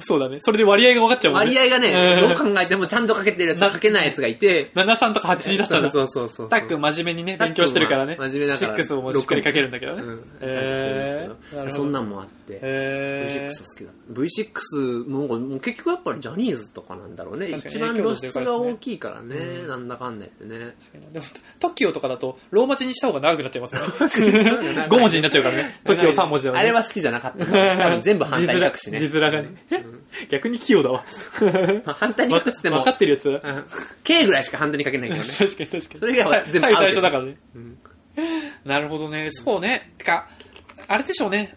Speaker 1: そうだね。それで割合が分かっちゃうもんね。
Speaker 2: 割合がね、
Speaker 1: うん
Speaker 2: どう考えてもちゃんとかけてるやつとかけないやつがいて、
Speaker 1: 73とか8だったら、
Speaker 2: そうそうそうそう。
Speaker 1: タック真面目にね、勉強してるからね。
Speaker 2: タックンは真面目だから。
Speaker 1: 6をもうしっかりかけるんだけどね。
Speaker 2: うんちゃんとしてる
Speaker 1: え
Speaker 2: んですけ
Speaker 1: ー
Speaker 2: ど。
Speaker 1: るほど
Speaker 2: そんなんもあって。
Speaker 1: え
Speaker 2: V6 好きだ V6 ももう結局やっぱりジャニーズとかなんだろうね
Speaker 1: 確かに
Speaker 2: 一番露出が大きいからね、
Speaker 1: うん
Speaker 2: なんだかんだ言ってね
Speaker 1: ー。でも、TOKIO とかだと、ローマ字にした方が長くなっちゃいますね。
Speaker 2: 5
Speaker 1: 5文字になっちゃうからね。TOKIO 3文字だ
Speaker 2: あれは好きじゃなかったな多分全部反対に書くしね
Speaker 1: 字面字面がね。逆に器用だ わ。
Speaker 2: まあ反対に書くっつっても
Speaker 1: 分かってるやつ
Speaker 2: うん K ぐらいしか反対に書けないけどね
Speaker 1: 確かに確かに。
Speaker 2: それ以外は全部
Speaker 1: 最
Speaker 2: 合うけ
Speaker 1: 最初
Speaker 2: ど
Speaker 1: だからね
Speaker 2: ん。
Speaker 1: なるほどね。そうね。てか、あれでしょうね。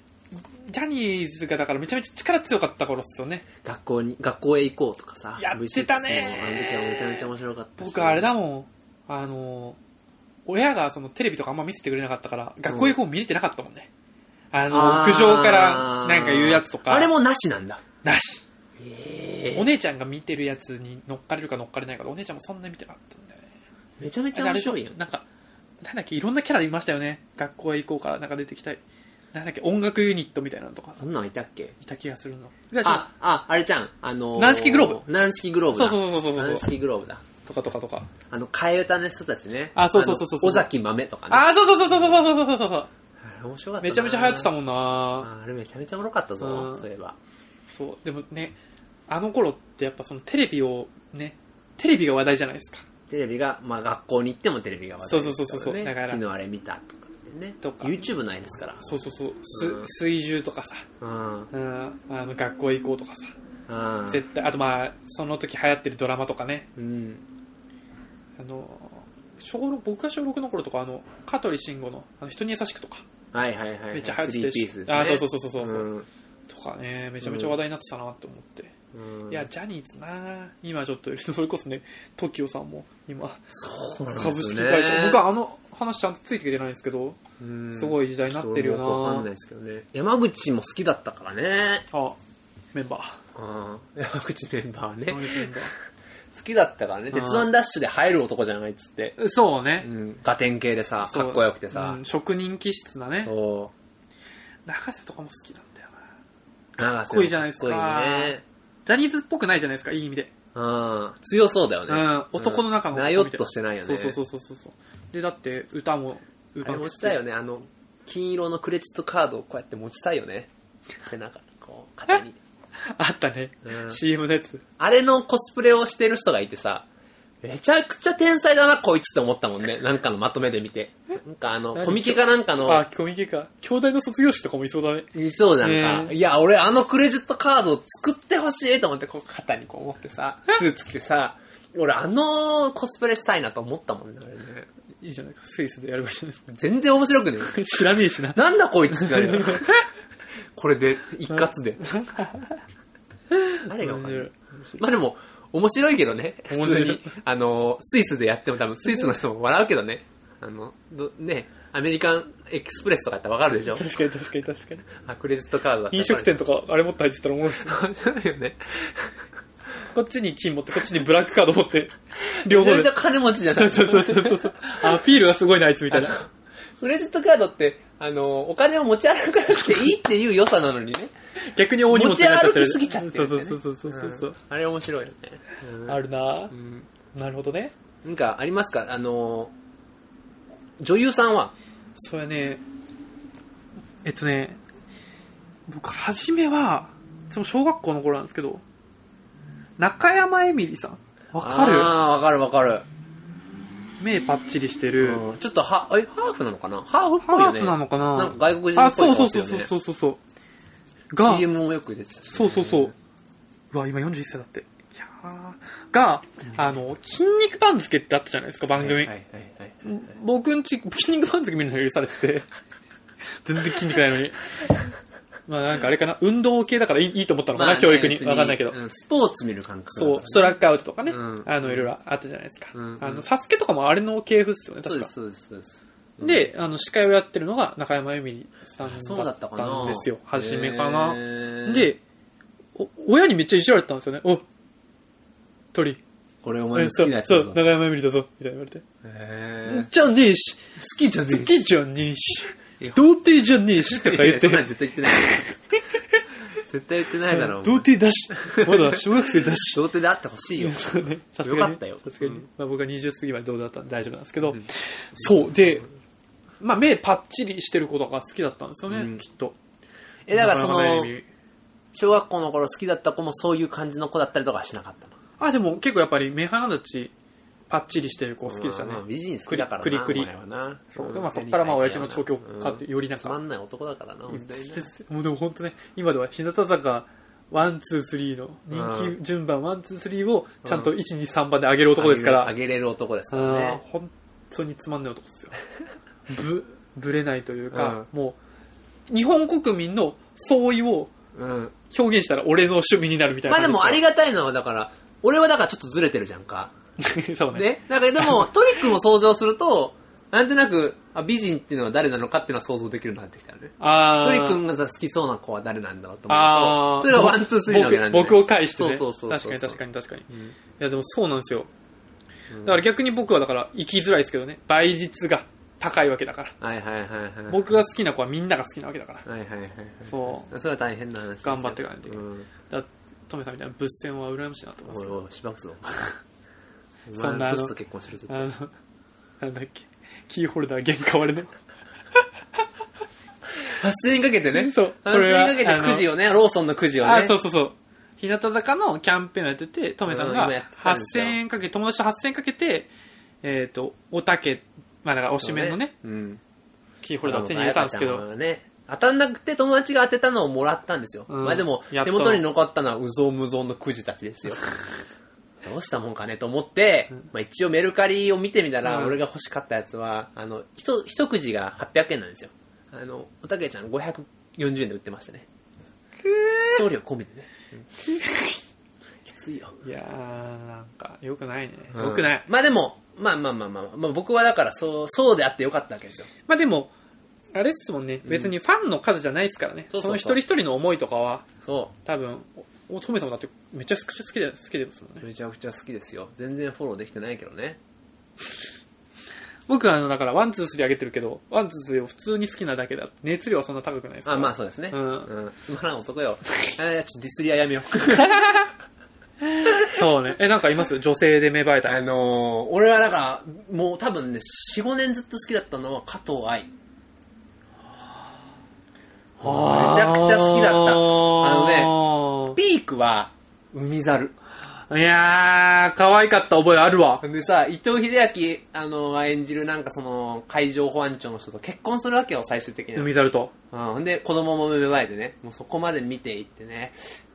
Speaker 1: ジャニーズがだからめちゃめちゃ力強かった頃っすよね。
Speaker 2: 学校に学校へ行こうとかさ
Speaker 1: やってたね
Speaker 2: V6 もあの時はめちゃめちゃ面白かったし
Speaker 1: 僕あれだもん。あの、親がそのテレビとかあんま見せてくれなかったから、学校行こう見れてなかったもんね。あの、
Speaker 2: あー
Speaker 1: 屋上からなんか言うやつとか。
Speaker 2: あれもなしなんだ
Speaker 1: なし。
Speaker 2: え
Speaker 1: お姉ちゃんが見てるやつに乗っかれるか乗っかれないかでお姉ちゃんもそんな見てなかったんだよね。
Speaker 2: めちゃめちゃ面白いやん
Speaker 1: なんか、なんだっけ、いろんなキャラいましたよね。学校へ行こうから、なんか出てきたい。なんだっけ、音楽ユニットみたいなのとか
Speaker 2: そんなんいたっけ
Speaker 1: いた気がするの。で
Speaker 2: あ、あ、あれじゃん。あのー、
Speaker 1: 軟式グロー
Speaker 2: ブ。軟式グローブ
Speaker 1: そう
Speaker 2: だ。
Speaker 1: そうそうそうそう
Speaker 2: 軟式グローブだ。
Speaker 1: とかとかとか。
Speaker 2: あの、替え歌の人たちね。
Speaker 1: あそうそうそうそうそう
Speaker 2: あの尾崎豆とかね。
Speaker 1: あー、そうそうそうそうそうそうそうそうそう。
Speaker 2: あれ面白かったな。
Speaker 1: めちゃめちゃ流行ってた
Speaker 2: ん。
Speaker 1: もんな
Speaker 2: あれめちゃめちゃおもろかった
Speaker 1: う
Speaker 2: ぞ、
Speaker 1: ん
Speaker 2: そういえば。
Speaker 1: そう、でもね、あの頃ってやっぱそのテレビをね、テレビが話題じゃないですか。
Speaker 2: テレビが、まあ学校に行ってもテレビが話題です
Speaker 1: そうそうそうそうそうだから
Speaker 2: 昨日あれ見たとかね。
Speaker 1: とか
Speaker 2: YouTube ないですから。
Speaker 1: そうそうそう、す
Speaker 2: うん
Speaker 1: 水獣とかさ、
Speaker 2: うん。
Speaker 1: うん、あの学校へ行こうとかさ、
Speaker 2: うん。
Speaker 1: 絶対、あとまあ、その時流行ってるドラマとかね、
Speaker 2: うん。
Speaker 1: あの小6僕が小6の頃とかあの香取慎吾のあの「人に優しく」とか
Speaker 2: はいはいはいはい。
Speaker 1: めっちゃ流行って
Speaker 2: スリ
Speaker 1: た
Speaker 2: ーピ
Speaker 1: し
Speaker 2: ースですね。
Speaker 1: あそうそうそうそうそう
Speaker 2: うん
Speaker 1: とかねめちゃめちゃ話題になってたなと思って、
Speaker 2: うん。
Speaker 1: いやジャニーズな今ちょっとそれこそね TOKIO さんも今
Speaker 2: そうなんですよ
Speaker 1: 株式
Speaker 2: ね
Speaker 1: 会社、僕はあの話ちゃんとついてきてないんですけど
Speaker 2: うん
Speaker 1: すごい時代になってるよな
Speaker 2: ちょっと俺もよくわかんないですけどね。山口も好きだったからね。
Speaker 1: あメンバー
Speaker 2: うん山口メンバーは
Speaker 1: メ
Speaker 2: ね。
Speaker 1: ンバ
Speaker 2: 好きだったからね。
Speaker 1: ん
Speaker 2: 鉄腕ダッシュで入る男じゃないっつって。
Speaker 1: ーそうね、
Speaker 2: うん。ガテン系でさ、
Speaker 1: そう
Speaker 2: かっこよくてさ
Speaker 1: うん。職人気質なね
Speaker 2: そ
Speaker 1: 中瀬とかも好きなんだよな
Speaker 2: う。かっ
Speaker 1: こいいじゃないですか
Speaker 2: っこいいね。
Speaker 1: ジャニーズっぽくないじゃないですかいい意味で
Speaker 2: うん。強そうだよ
Speaker 1: う
Speaker 2: ね。
Speaker 1: ん、男の中の
Speaker 2: なよっとしてないよね。
Speaker 1: そうそうそうそうそうでだって歌もう
Speaker 2: あれ持ちたいよね。あの、金色のクレジットカードをこうやって持ちたいよね。背中にこう、肩に。
Speaker 1: あったね、
Speaker 2: うん
Speaker 1: CM のやつ
Speaker 2: あれのコスプレをしてる人がいてさ、めちゃくちゃ天才だな、こいつって思ったもんね。なんかのまとめで見て。なんかあの、
Speaker 1: 何
Speaker 2: コミケかなんかの
Speaker 1: あ、コミケか兄弟の卒業式とかもいそうだね
Speaker 2: いそうじゃんか。
Speaker 1: ね
Speaker 2: いや、俺あのクレジットカードを作ってほしいと思って、こう肩にこう持って さ、スーツ着てさ、俺あのコスプレしたいなと思ったもんね、あれね。
Speaker 1: いいじゃないかスイスでやればいいじゃないですか
Speaker 2: 全然面白くね
Speaker 1: 知らねえしな
Speaker 2: え。なんだこいつってなるよ。 これで、一括で。あれが分かんない。まあでも、面白いけどね。
Speaker 1: 面白
Speaker 2: 普通
Speaker 1: い
Speaker 2: に。あの、スイスでやっても多分、スイスの人も笑うけどね。あの、どね、アメリカンエクスプレスとかやったらわか るでしょ。
Speaker 1: 確かに確かに確かに
Speaker 2: あ、クレジットカードだったら
Speaker 1: 飲食店とかあれ持って入ってたらおもろいですね
Speaker 2: 面白いよね。
Speaker 1: こっちに金持ってこっちにブラックカード持 って両
Speaker 2: めち
Speaker 1: 方で
Speaker 2: ゃめちゃ金持ちじゃな
Speaker 1: そ
Speaker 2: いう
Speaker 1: そうそうそうそうアピールがすごいなあいつみたいな
Speaker 2: クレジットカードって、あの、お金を持ち歩かなくていいっていう良さなのにね。
Speaker 1: 逆に大荷物になっちゃってる
Speaker 2: 持ち歩きすぎちゃってるんだよね
Speaker 1: そうそうそうそうそうそう、
Speaker 2: あれ面白いよね。
Speaker 1: あるな、
Speaker 2: うん
Speaker 1: なるほどね
Speaker 2: なんかありますかあの、女優さんは、
Speaker 1: それね、えっとね、僕、初めは、その小学校の頃なんですけど、中山エミリさん。わかる
Speaker 2: あーわかるわかる。
Speaker 1: 目パッチリしてる。
Speaker 2: うんちょっとは、え、ハーフなのかなハーフっぽい
Speaker 1: ハ
Speaker 2: よ
Speaker 1: ー
Speaker 2: ね。
Speaker 1: フなのかな
Speaker 2: なんか外国人っぽい
Speaker 1: あ、そ
Speaker 2: 顔
Speaker 1: う
Speaker 2: して
Speaker 1: そう
Speaker 2: るよ
Speaker 1: そう
Speaker 2: ね。
Speaker 1: そうそうそう。が、
Speaker 2: CM もよく出てたしね、
Speaker 1: そうそうそう。うわ、今41歳だって。いやーが、あの、筋肉番付ってあったじゃないですか、番
Speaker 2: はい
Speaker 1: 組。
Speaker 2: はいはいはい。
Speaker 1: 僕んち、筋肉番付見るの許されてて、全然筋肉ないのに。まあなんかあれかな、運動系だからいいいいと思ったのかな、
Speaker 2: ね
Speaker 1: 教育に。
Speaker 2: 別
Speaker 1: わかんないけど。
Speaker 2: うスポーツ見る感覚だから
Speaker 1: そう、ストラックアウトとかね、
Speaker 2: うん
Speaker 1: あの、いろいろあったじゃないですか。
Speaker 2: うん
Speaker 1: あの、サスケとかもあれの系譜っすよね、
Speaker 2: そ
Speaker 1: 確
Speaker 2: うで
Speaker 1: か
Speaker 2: す、。そうです、そうです。
Speaker 1: で、あの、司会をやってるのが中山由美里さん
Speaker 2: そうだ
Speaker 1: だ
Speaker 2: っ
Speaker 1: ったた
Speaker 2: かな。
Speaker 1: んですよ、初めかな
Speaker 2: へ。ー、
Speaker 1: で、お親にめっちゃいじられてたんですよね。お鳥。
Speaker 2: これお
Speaker 1: う
Speaker 2: 前の
Speaker 1: んそ
Speaker 2: 好きな
Speaker 1: う
Speaker 2: や、つ
Speaker 1: そ
Speaker 2: だ
Speaker 1: う
Speaker 2: ぞ。
Speaker 1: 中山由美里だぞ、みたいな言われて。
Speaker 2: へ
Speaker 1: じゃねえし、
Speaker 2: ー好きじゃね
Speaker 1: 好きじゃねえし
Speaker 2: いや、
Speaker 1: 童貞じゃねえし、とか言っ
Speaker 2: え。そんなん
Speaker 1: て。
Speaker 2: 絶対言ってない。絶対言ってないだろう。
Speaker 1: 童貞だしまだ小学生だし
Speaker 2: 童貞であってほしいよ。
Speaker 1: そうねさすがにね
Speaker 2: よかったよ
Speaker 1: さすがに
Speaker 2: うん
Speaker 1: まあ、僕は20過ぎまでどうだったんで大丈夫なんですけど、そうで、まあ、目パッチリしてる子とか好きだったんですよね、
Speaker 2: うん
Speaker 1: きっと
Speaker 2: え、だからそ
Speaker 1: な
Speaker 2: の
Speaker 1: かな、ね
Speaker 2: 小学校の頃好きだった子もそういう感じの子だったりとかはしなかったの。
Speaker 1: あでも結構やっぱり目鼻立ちパッチリしてる子好きでしたね、
Speaker 2: まあ美人好きだからな。
Speaker 1: クリクリ
Speaker 2: お前はな
Speaker 1: そうでまあそっからまあ親父の調教かってよりなんか
Speaker 2: つまんない男だからな、本当にね
Speaker 1: もうでも本当ね今では日向坂ワンツースリーの人気順番ワンツースリーをちゃんと123番で上げる男ですから、
Speaker 2: あげれる男ですから
Speaker 1: あー
Speaker 2: ね。
Speaker 1: 本当につまんない男ですよぶぶれないというか、もう日本国民の相違を
Speaker 2: うん。
Speaker 1: 表現したら俺の趣味になるみたい
Speaker 2: ま
Speaker 1: な
Speaker 2: あでもあり
Speaker 1: が
Speaker 2: がたいのは、だから、俺はだからちょっとずれてるじゃんか。
Speaker 1: そうね
Speaker 2: ね。だからでも、トリックを想像すると、なんとなく、あ美人っていうのは誰なのかっていうのは想像できるようになってきたよね。
Speaker 1: あ
Speaker 2: ト
Speaker 1: ー
Speaker 2: リ君がさ好きそうな子は誰なんだろうと思
Speaker 1: あ
Speaker 2: う
Speaker 1: ー
Speaker 2: と、それはワン、ツー、スリーなわけなんで、
Speaker 1: 僕僕を介してね
Speaker 2: そうそうそう
Speaker 1: 確かに確か
Speaker 2: に。
Speaker 1: に確かにい
Speaker 2: うん
Speaker 1: やでもそうなんですよ
Speaker 2: うん
Speaker 1: だから逆に僕はだから生きづらいですけどね倍率が高いわけだから
Speaker 2: はいはいはいはい。
Speaker 1: 僕が好きな子はみんなが好きなわけだから
Speaker 2: はいはいはいはい。。
Speaker 1: そう
Speaker 2: それは大変な話ですよ
Speaker 1: 頑張っていかないといけない
Speaker 2: うん
Speaker 1: だからトメさんみたいな物戦は羨ましいなと思います
Speaker 2: おい
Speaker 1: けど
Speaker 2: おい、しばくぞ。
Speaker 1: そんな
Speaker 2: お前
Speaker 1: あの
Speaker 2: ブスと結婚してるぞ。
Speaker 1: あのなんだっけキーホルダー原価割れの
Speaker 2: 8000円かけてね。
Speaker 1: そうこれ
Speaker 2: 8000
Speaker 1: は
Speaker 2: 円かけてくじをね、ローソンのくじをね。
Speaker 1: あ、そうそうそう。日向坂のキャンペーンをやってて、トメさん
Speaker 2: う
Speaker 1: が
Speaker 2: ん今やってたんです
Speaker 1: 8000
Speaker 2: よ
Speaker 1: 円かけ、友達と8000円かけて、えっ、と、おたけ、まあだからおしめのね、。
Speaker 2: うん。
Speaker 1: キーホルダーを手に入れたんですけ
Speaker 2: あの
Speaker 1: ど、
Speaker 2: 彩香ちゃんはね、当たんなくて友達が当てたのをもらったんですよ。
Speaker 1: うん
Speaker 2: まあでも、
Speaker 1: やっ
Speaker 2: 手
Speaker 1: と
Speaker 2: 元に残ったのはうぞうむぞうのくじた ちですよ。どうしたもんかねと思って、まあ一応メルカリを見てみたら、
Speaker 1: うん
Speaker 2: 俺が欲しかったやつは、あの、ひと、一くじが800円なんですよ。あの、おたけちゃん540円で売ってましたね。送料込みでね。きついよ。
Speaker 1: いやー、なんか、良くないね。
Speaker 2: うん
Speaker 1: 良くない。
Speaker 2: まあでも、まあまあまあまあ、まあ、僕はだからそう、そうであってよかったわけですよ。
Speaker 1: まあでも、あれですもんね、別にファンの数じゃないですからね。
Speaker 2: そう
Speaker 1: そ
Speaker 2: そうそう
Speaker 1: の一人一人の思いとかは、
Speaker 2: そ
Speaker 1: 多分、お、トメさんもだってめっちゃ好き好きで好きですもん
Speaker 2: う。
Speaker 1: ね。
Speaker 2: めちゃくちゃ好きですよ。全然フォローできてないけどね。
Speaker 1: 僕はあの、だから、ワン、ツー、スリー上げてるけど、ワン、ツー、スリーを普通に好きなだけだ。熱量はそんな高くないですから
Speaker 2: あ、まあそうですね。
Speaker 1: うん
Speaker 2: んつまらん男よ。 あーちょっとディスりはやめよう。
Speaker 1: そうね。え、なんかいます女性で芽生えた。
Speaker 2: あのー、俺はだから、もう多分ね、4、5年ずっと好きだったのは加藤愛。めちゃくちゃ好きだったあ
Speaker 1: の
Speaker 2: ピークは、海猿。
Speaker 1: ね。いやー、可愛かった覚えあるわ。
Speaker 2: でさ、伊藤英明、あのー演じるなんかその、海上保安庁の人と結婚するわけよ、最終的には。
Speaker 1: 海猿と。
Speaker 2: うん、ほんで、子供も芽生えてね、もうそこまで見ていってね、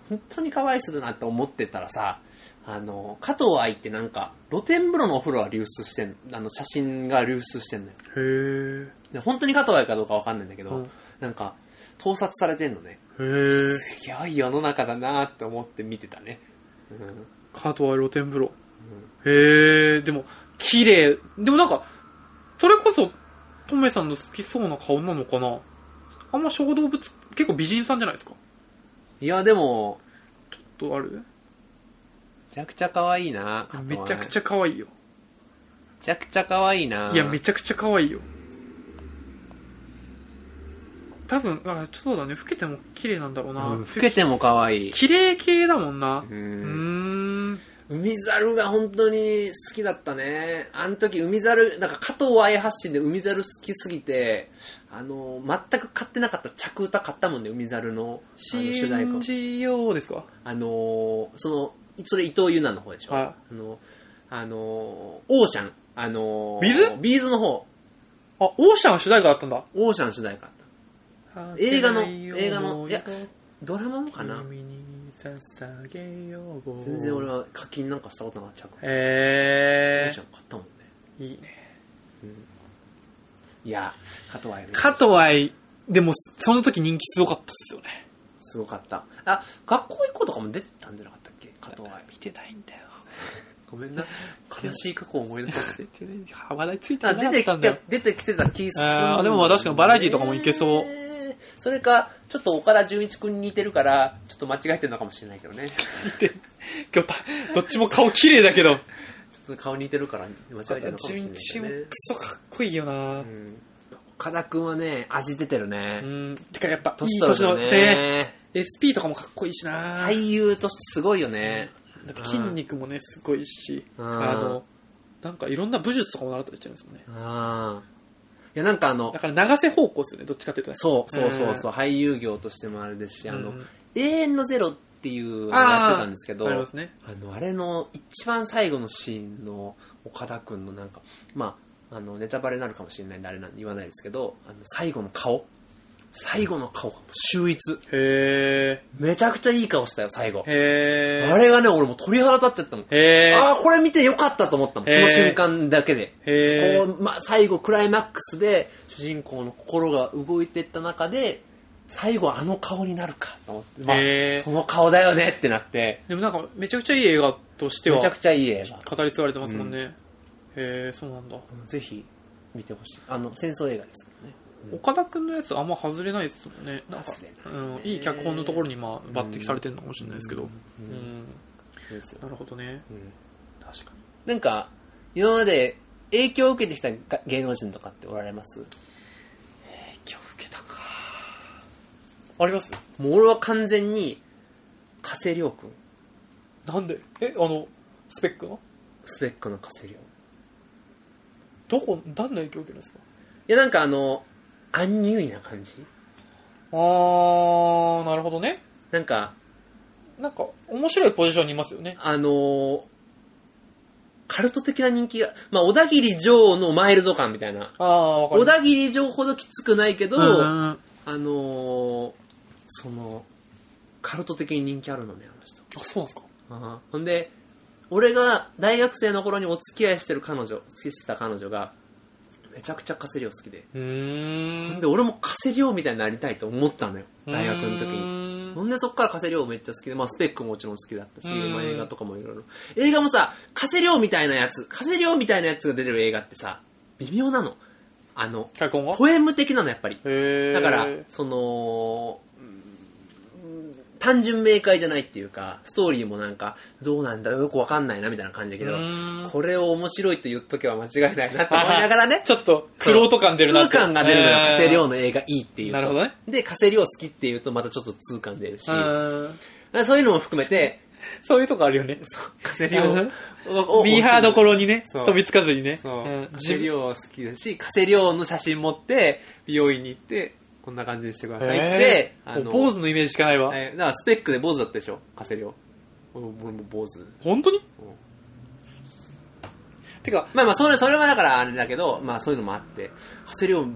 Speaker 2: 本当に可愛い人だなって思ってたらさ、あの、加藤愛ってなんか、露天風呂のお風呂は流出してん、あの、写真が流出してんのよ。
Speaker 1: へー。
Speaker 2: で本当に加藤愛かどうかわかんないんだけど、
Speaker 1: うん
Speaker 2: なんか、盗撮されてんのね。
Speaker 1: へー。
Speaker 2: すごい世の中だなって思って見てたね。うん
Speaker 1: 加藤愛露天風呂。へー。でも、綺麗。でもなんか、それこそ、トメさんの好きそうな顔なのかなあんま小動物、結構美人さんじゃないですか
Speaker 2: いや、でも、
Speaker 1: とある
Speaker 2: めちゃくちゃ可愛いな
Speaker 1: めちゃくち
Speaker 2: ゃ。
Speaker 1: ゃ可愛いよ。
Speaker 2: めちゃくちゃ可愛いない
Speaker 1: や、めちゃくちゃ可愛いよ。多分、あ、そうだね。老けても綺麗なんだろうな。
Speaker 2: うん老けても可愛い。
Speaker 1: 綺麗系だもんな。
Speaker 2: う
Speaker 1: うんーん。
Speaker 2: 海猿が本当に好きだったね。あの時海猿、なんか加藤愛発信で海猿好きすぎて、あの、全く買ってなかった着歌買ったもんね、海猿のあの主題歌
Speaker 1: 信。じようですか
Speaker 2: あの、その、それ伊藤優奈の方でしょ。
Speaker 1: は
Speaker 2: あの、あの、オーシャン。あの、
Speaker 1: ビーズ
Speaker 2: ビーズの方。
Speaker 1: い。あ、オーシャンは主題歌だったんだ。
Speaker 2: オーシャン主題歌。映画の映画のいやドラマもか
Speaker 1: か
Speaker 2: な
Speaker 1: な。。捧げよう
Speaker 2: 全然俺。は課金なんかしたことなかった。着オ
Speaker 1: え
Speaker 2: ーシャン買ったもんね。
Speaker 1: ー、いいね。
Speaker 2: いや、加藤愛。
Speaker 1: 加藤愛、でも、その時人気すごかったっすよね。
Speaker 2: すごかった。あ、学校行こうとかも出てたんじゃなかったっけ加藤愛。
Speaker 1: 見てないんだよ。
Speaker 2: ごめんな。悲しい過去を思い出させて。
Speaker 1: 幅台ついて
Speaker 2: あ
Speaker 1: なか
Speaker 2: 出
Speaker 1: ってた
Speaker 2: き
Speaker 1: んだ
Speaker 2: て
Speaker 1: よ。、
Speaker 2: 出てきてた気するんだよね、
Speaker 1: あーでもまあ確かにバラエティとかもいけそう
Speaker 2: それか、ちょっと岡田准一君に似てるから、ちょっと間違えてるのかもしれないけどね。ち
Speaker 1: 見て今日た、どっちも顔綺麗だけど。
Speaker 2: ょっと顔似てるから間違えてるのかもしれないけ
Speaker 1: 一
Speaker 2: ど
Speaker 1: も
Speaker 2: ね
Speaker 1: ク。ソかっこいいよな
Speaker 2: う。ん岡田君はね、味出てる
Speaker 1: う
Speaker 2: ね。
Speaker 1: ん。てかやっぱ、いい
Speaker 2: 年取
Speaker 1: 年
Speaker 2: るよ
Speaker 1: のね、
Speaker 2: ね。
Speaker 1: SP とかもかっこいいしな、
Speaker 2: 俳優としてすごいよね。
Speaker 1: なんか筋肉もねすごいし、
Speaker 2: うん
Speaker 1: あのなんかいろんな武術とかも習ったりしてるんですもんね
Speaker 2: うん。いや、なんかあの
Speaker 1: だ、から流せ方向ですよねどっちかっていうとね
Speaker 2: そうそうそうそう、俳優業としてもあれですし、あの、
Speaker 1: うん
Speaker 2: 永遠のゼロっていうのを
Speaker 1: あー
Speaker 2: やってたんですけど、
Speaker 1: ありますね
Speaker 2: あの、あれの一番最後のシーンの岡田くんのなんか、まあ、あの、ネタバレになるかもしれないんであれなんで言わないですけど、あの、最後の顔。最後の顔、秀逸。
Speaker 1: へ
Speaker 2: めちゃくちゃいい顔したよ、最後
Speaker 1: え。へえ
Speaker 2: あれがね、俺もう鳥肌立っちゃったの。
Speaker 1: へえ
Speaker 2: ああ、これ見てよかったと思ったの。
Speaker 1: へー
Speaker 2: その瞬間だけで。
Speaker 1: へー
Speaker 2: こうま、最後、クライマックスで、主人公の心が動いていった中で、最後あの顔になるかと思って、まあ
Speaker 1: へー
Speaker 2: その顔だよねってなって、
Speaker 1: でもなんかめちゃくちゃいい映画としては
Speaker 2: めちゃくちゃいい映画。
Speaker 1: 語り継がれてますもんね、へえそうなんだ、
Speaker 2: ぜひ見てほしい。あの、戦争映画ですからね。
Speaker 1: 岡田君のやつあんま外れないですもんねなんか
Speaker 2: 外れない
Speaker 1: うん、いい脚本のところにまあ抜擢されてるのかもしれないですけどうん、
Speaker 2: うんそうですよ。
Speaker 1: なるほどね
Speaker 2: うん
Speaker 1: 確かに
Speaker 2: なんか、今まで影響を受けてきたが芸能人とかっておられます
Speaker 1: 影響受けたかあります
Speaker 2: もう俺は完全に、加瀬亮君。
Speaker 1: なんでえあのスペックの
Speaker 2: スペックの加瀬亮。
Speaker 1: どこ何の影響を受けるんですか
Speaker 2: いや、なんかあの、アンニュイな感じ
Speaker 1: あーなるほどね
Speaker 2: なんか、
Speaker 1: なんか面白いポジションにいますよね
Speaker 2: あのーカルト的な人気が、まあ、小田切城のマイルド感みたいな。
Speaker 1: ああわかる
Speaker 2: 小田切城ほどきつくないけど、あ
Speaker 1: うん
Speaker 2: のーその、カルト的に人気あるのね、あの人。
Speaker 1: あそうなんですか
Speaker 2: あーほんで、俺が大学生の頃にお付き合いしてる彼女、お付き合いしてた彼女が、めちゃくちゃカセリオ好きで。
Speaker 1: うーん
Speaker 2: で、俺もカセリオみたいになりたいと思ったのよ、大学の時に。
Speaker 1: に
Speaker 2: ほんでそっから加瀬亮めっちゃ好きで、まあスペックももちろん好きだったし、
Speaker 1: うん
Speaker 2: まあ映画とかもいろいろ。映画もさ、加瀬亮みたいなやつ、加瀬亮みたいなやつが出てる映画ってさ、微妙なの。あの、
Speaker 1: 脚本は
Speaker 2: ポエム的なのやっぱり。
Speaker 1: へえ
Speaker 2: だから、その、うん単純明快じゃないっていうか、ストーリーもなんか、どうなんだよくわかんないなみたいな感じだけ
Speaker 1: う
Speaker 2: ど
Speaker 1: ん、
Speaker 2: これを面白いと言っとけば間違いないなって思いながらね
Speaker 1: 、ちょっと苦労と感出るな
Speaker 2: 通感が出るのよ、加瀬
Speaker 1: 量
Speaker 2: 亮の映画いいっていうと。
Speaker 1: なるほどね
Speaker 2: で、加瀬亮好きっていうとまたちょっと通感出るし、
Speaker 1: うん
Speaker 2: そういうのも含めて、
Speaker 1: そういうとこあるよね
Speaker 2: 加瀬
Speaker 1: うんミーハーどころにね
Speaker 2: そう
Speaker 1: 飛びつかずにね
Speaker 2: そう
Speaker 1: うん。
Speaker 2: 加
Speaker 1: 自
Speaker 2: 瀬
Speaker 1: 分
Speaker 2: 亮好きだし、加瀬亮の写真持って、美容院に行って、こんな感じにしてくださいって
Speaker 1: え、
Speaker 2: あ
Speaker 1: ー
Speaker 2: の、
Speaker 1: もう坊主のイメージしかないわ
Speaker 2: えーだからスペックで坊主だったでしょ、加瀬亮。俺も俺も坊主。
Speaker 1: 本当にてか
Speaker 2: まあまあ、それ、それはだからあれだけど、まあそういうのもあって、加瀬亮、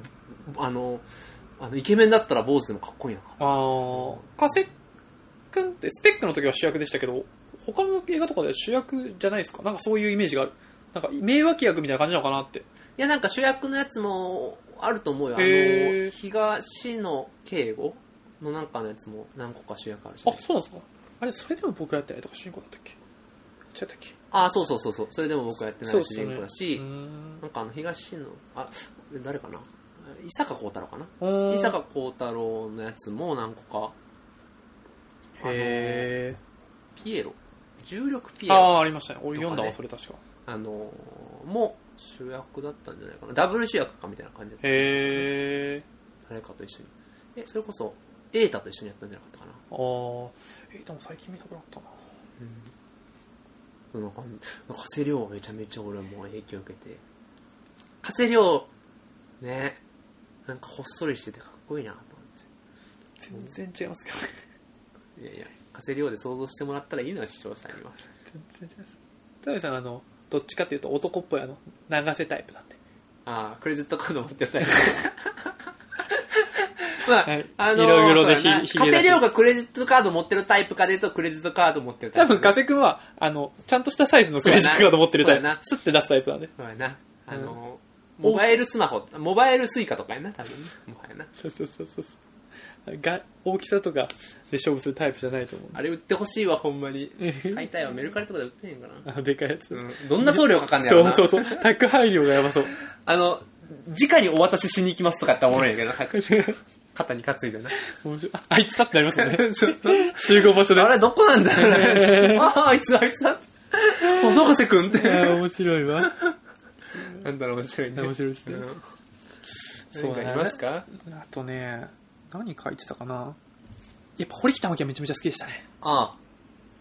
Speaker 2: あの、あの、イケメンだったら坊主でもかっこいいな。
Speaker 1: あー加瀬君ってスペックの時は主役でしたけど他の映画とかでは主役じゃないですかなんかそういうイメージがあるなんか名脇役みたいな感じなのかなって
Speaker 2: いや、なんか主役のやつもあると思うよ。あ
Speaker 1: へ
Speaker 2: の、
Speaker 1: ー
Speaker 2: 東野圭吾のなんかのやつも何個か主役あるし、
Speaker 1: あそうなんですかあれそれでも僕やってないとか主人公だったっけ違ったっけ
Speaker 2: あそうそうそうそう。それでも僕はやってない主
Speaker 1: よ
Speaker 2: 人公だし、
Speaker 1: うーん
Speaker 2: なんかあの東野、あ、誰かな伊坂幸太郎かな
Speaker 1: うーん
Speaker 2: 伊坂幸太郎のやつも何個か、あの
Speaker 1: へ
Speaker 2: ピエロ、重力ピエ
Speaker 1: ー
Speaker 2: ロ、
Speaker 1: ああありましたね俺読んだわ
Speaker 2: と
Speaker 1: それ確か
Speaker 2: あのーも主役だったんじゃないかな。ダブル主役かみたいな感じだったんですよ
Speaker 1: へえ
Speaker 2: 誰かと一緒に。え、それこそ、瑛太と一緒にやったんじゃなかったかな。
Speaker 1: ああーえでも最近見たくなったな
Speaker 2: その感じ。加瀬亮はめちゃめちゃ俺も影響を受けて。加瀬亮、ね、なんかほっそりしててかっこいいなと思
Speaker 1: 全然違いますけどね
Speaker 2: って。いやいや、加瀬亮で想像してもらったらいいのは視聴者には。
Speaker 1: 全然違います田辺さんあのどっちかっていうと男っぽいあの流せタイプなんで
Speaker 2: ああ、クレジットカード持ってたり。 まあ、
Speaker 1: はい
Speaker 2: あのー
Speaker 1: いろいろで
Speaker 2: そうだな
Speaker 1: ひひ
Speaker 2: 加
Speaker 1: げ出し
Speaker 2: 瀬亮がクレジットカード持ってるタイプかで言うと、クレジットカード持ってるタ
Speaker 1: 多
Speaker 2: イプ。
Speaker 1: 分、加瀬くんは、あの、ちゃんとしたサイズのクレジットカード持ってるタ
Speaker 2: そうや
Speaker 1: イ
Speaker 2: な
Speaker 1: プ。スッて出すタイプなんで。
Speaker 2: そうやな。あのーモバイルスマホ、モバイルスイカとかやな、多分ね。もはやな。
Speaker 1: そうそうそうそうそう。が、大きさとかで勝負するタイプじゃないと思うんで。
Speaker 2: あれ売ってほしいわ、ほんま に。
Speaker 1: え
Speaker 2: 買いたいわ、メルカリとかで売ってへんかな。
Speaker 1: あのでかいやつ。
Speaker 2: うんどんな送料かかんねや
Speaker 1: そ
Speaker 2: ろ
Speaker 1: う
Speaker 2: な。
Speaker 1: そうそう。宅配量がやばそう。
Speaker 2: あの、直にお渡ししに行きますとかって思うんやけ ど、肩に担いでな。
Speaker 1: 面白い。あ、あいつだってなりますもんね。
Speaker 2: そう
Speaker 1: 集合場所で。
Speaker 2: あ
Speaker 1: あ
Speaker 2: れ、どこなんだろう ねああ、あいつ、あいつだ。おどこせくんって。
Speaker 1: ー面白いわ。
Speaker 2: なんだろう、面白いね。
Speaker 1: 面白いですね
Speaker 2: うん
Speaker 1: そう
Speaker 2: なん
Speaker 1: ね
Speaker 2: かいますか
Speaker 1: あとね、何書いてたかなやっぱ堀北真希はめちゃめちゃ好きでしたね。
Speaker 2: ああ、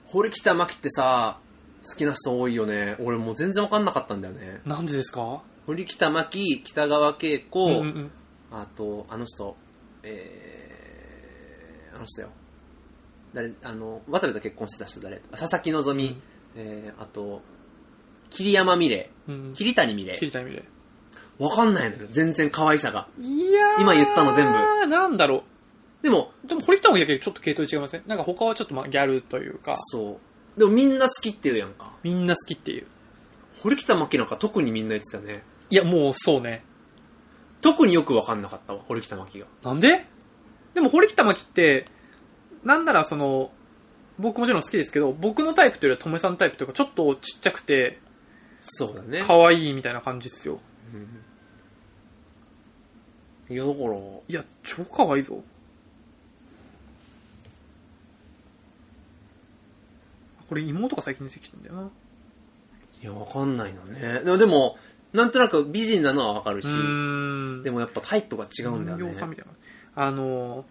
Speaker 2: 堀北真希ってさ、好きな人多いよね。俺もう全然わかんなかったんだよね。
Speaker 1: なんでですか
Speaker 2: 堀北真希、北川景子、
Speaker 1: うんうん
Speaker 2: あと、あの人、えー、あの人よ。誰、あの、渡部と結婚してた人誰佐々木希、
Speaker 1: ん
Speaker 2: えー、あと、桐山美玲、
Speaker 1: うん。うん。
Speaker 2: 桐谷美玲
Speaker 1: 切。りたい意味で。
Speaker 2: わかんないのよ。全然可愛さが。
Speaker 1: いやー
Speaker 2: 今言ったの全部。
Speaker 1: なんだろ
Speaker 2: でも、
Speaker 1: う。でも堀北真希だけちょっと系統違いませんなんか他はちょっとまあギャルというか、
Speaker 2: そう。でもみんな好きって言うやんか。
Speaker 1: みんな好きっていう。
Speaker 2: 堀北真希なんか特にみんな言ってたね。
Speaker 1: いや、もうそうね。
Speaker 2: 特によくわかんなかったわ、堀北真希が。
Speaker 1: なんででも堀北真希って、なんならその、僕もちろん好きですけど、僕のタイプというよりはトメさんのタイプというか、ちょっとちっちゃくて、
Speaker 2: そうだね。
Speaker 1: 可愛いみたいな感じですよ。
Speaker 2: いや、だから、
Speaker 1: いや、超可愛いぞ。これ妹が最近出てきてんだよな。
Speaker 2: いや、わかんないのね。でも、でもなんとなく美人なのはわかるし、
Speaker 1: ん
Speaker 2: でもやっぱタイプが違うんだよ
Speaker 1: 人
Speaker 2: ね
Speaker 1: 形。さんみたいな。あのー、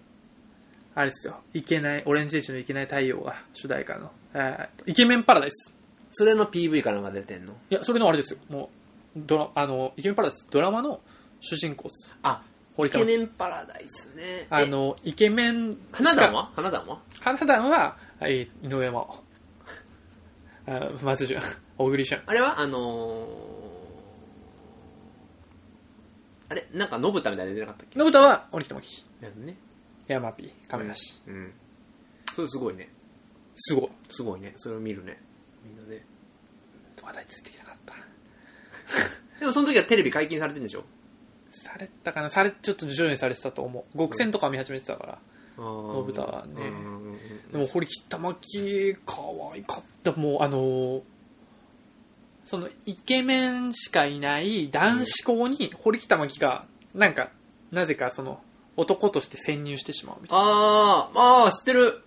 Speaker 1: あれですよ。いけない、オレンジエイジのいけない太陽が主題歌の、えーっとイケメンパラダイス。
Speaker 2: それの PV かなんか出てんの
Speaker 1: いや、それのあれですよ。もう、ドラ、あの、イケメンパラダイス、ドラマの主人公です。
Speaker 2: あ、
Speaker 1: 堀
Speaker 2: イ
Speaker 1: 田
Speaker 2: ケメンパラダイスね。
Speaker 1: あ
Speaker 2: え、
Speaker 1: の、イケメンしか、
Speaker 2: 花壇は花壇は
Speaker 1: 花壇は、えー井上真央。あ松潤、小栗旬。
Speaker 2: あれはあのー、あれなんか、のぶたみたいなの出てなかったっけ
Speaker 1: のぶたは、折北真希。
Speaker 2: やるね。
Speaker 1: 山 P、亀梨。
Speaker 2: うん。それすごいね。
Speaker 1: すごい。
Speaker 2: すごいね。それを見るね。みんなね。
Speaker 1: 話題ついてきなかった。
Speaker 2: でもその時はテレビ解禁されてんでしょ
Speaker 1: されたかなされ、ちょっと徐々にされてたと思う。極戦とか見始めてたから。
Speaker 2: の
Speaker 1: ぶたはねで
Speaker 2: で
Speaker 1: も
Speaker 2: も、
Speaker 1: 堀北真希可愛かったもうあのーそのイケメンしかいない男子校に堀北真希がなんかなぜかその男として潜入してしまうみたい
Speaker 2: あー、あー、知ってる。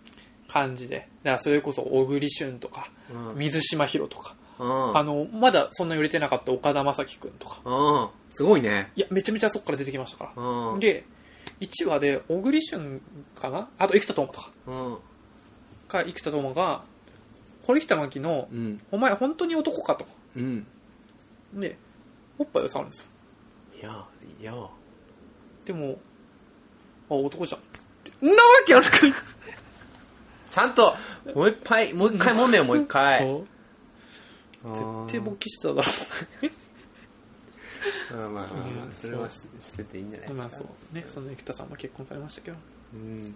Speaker 1: な感じでだからそれこそ小栗旬とか
Speaker 2: うん。
Speaker 1: 水島ひろとか
Speaker 2: うん
Speaker 1: あのまだそんな売れてなかった岡田将生君とか
Speaker 2: うん。すごいね。
Speaker 1: いやめちゃめちゃそこから出てきましたか
Speaker 2: う
Speaker 1: ら
Speaker 2: ん。
Speaker 1: で1話で小栗旬かなあと生田斗真とか
Speaker 2: うん。
Speaker 1: か生田斗真が堀北真希の
Speaker 2: うん。
Speaker 1: 「お前本当に男か」と。
Speaker 2: うん。
Speaker 1: で、おっぱいを触るんですよ。
Speaker 2: いや、いや。
Speaker 1: でも、あ、男じゃんって。んなわけあるかい
Speaker 2: ちゃんと、もう一杯、もう一回もんねよ、もう一回。
Speaker 1: そう絶対勃起してただろ
Speaker 2: まあまあま
Speaker 1: う
Speaker 2: あ、
Speaker 1: ん。
Speaker 2: それはししてていいんじゃないうで
Speaker 1: まあ
Speaker 2: す
Speaker 1: そ
Speaker 2: か。
Speaker 1: う。ね、その生田さんも結婚されましたけど。
Speaker 2: うん。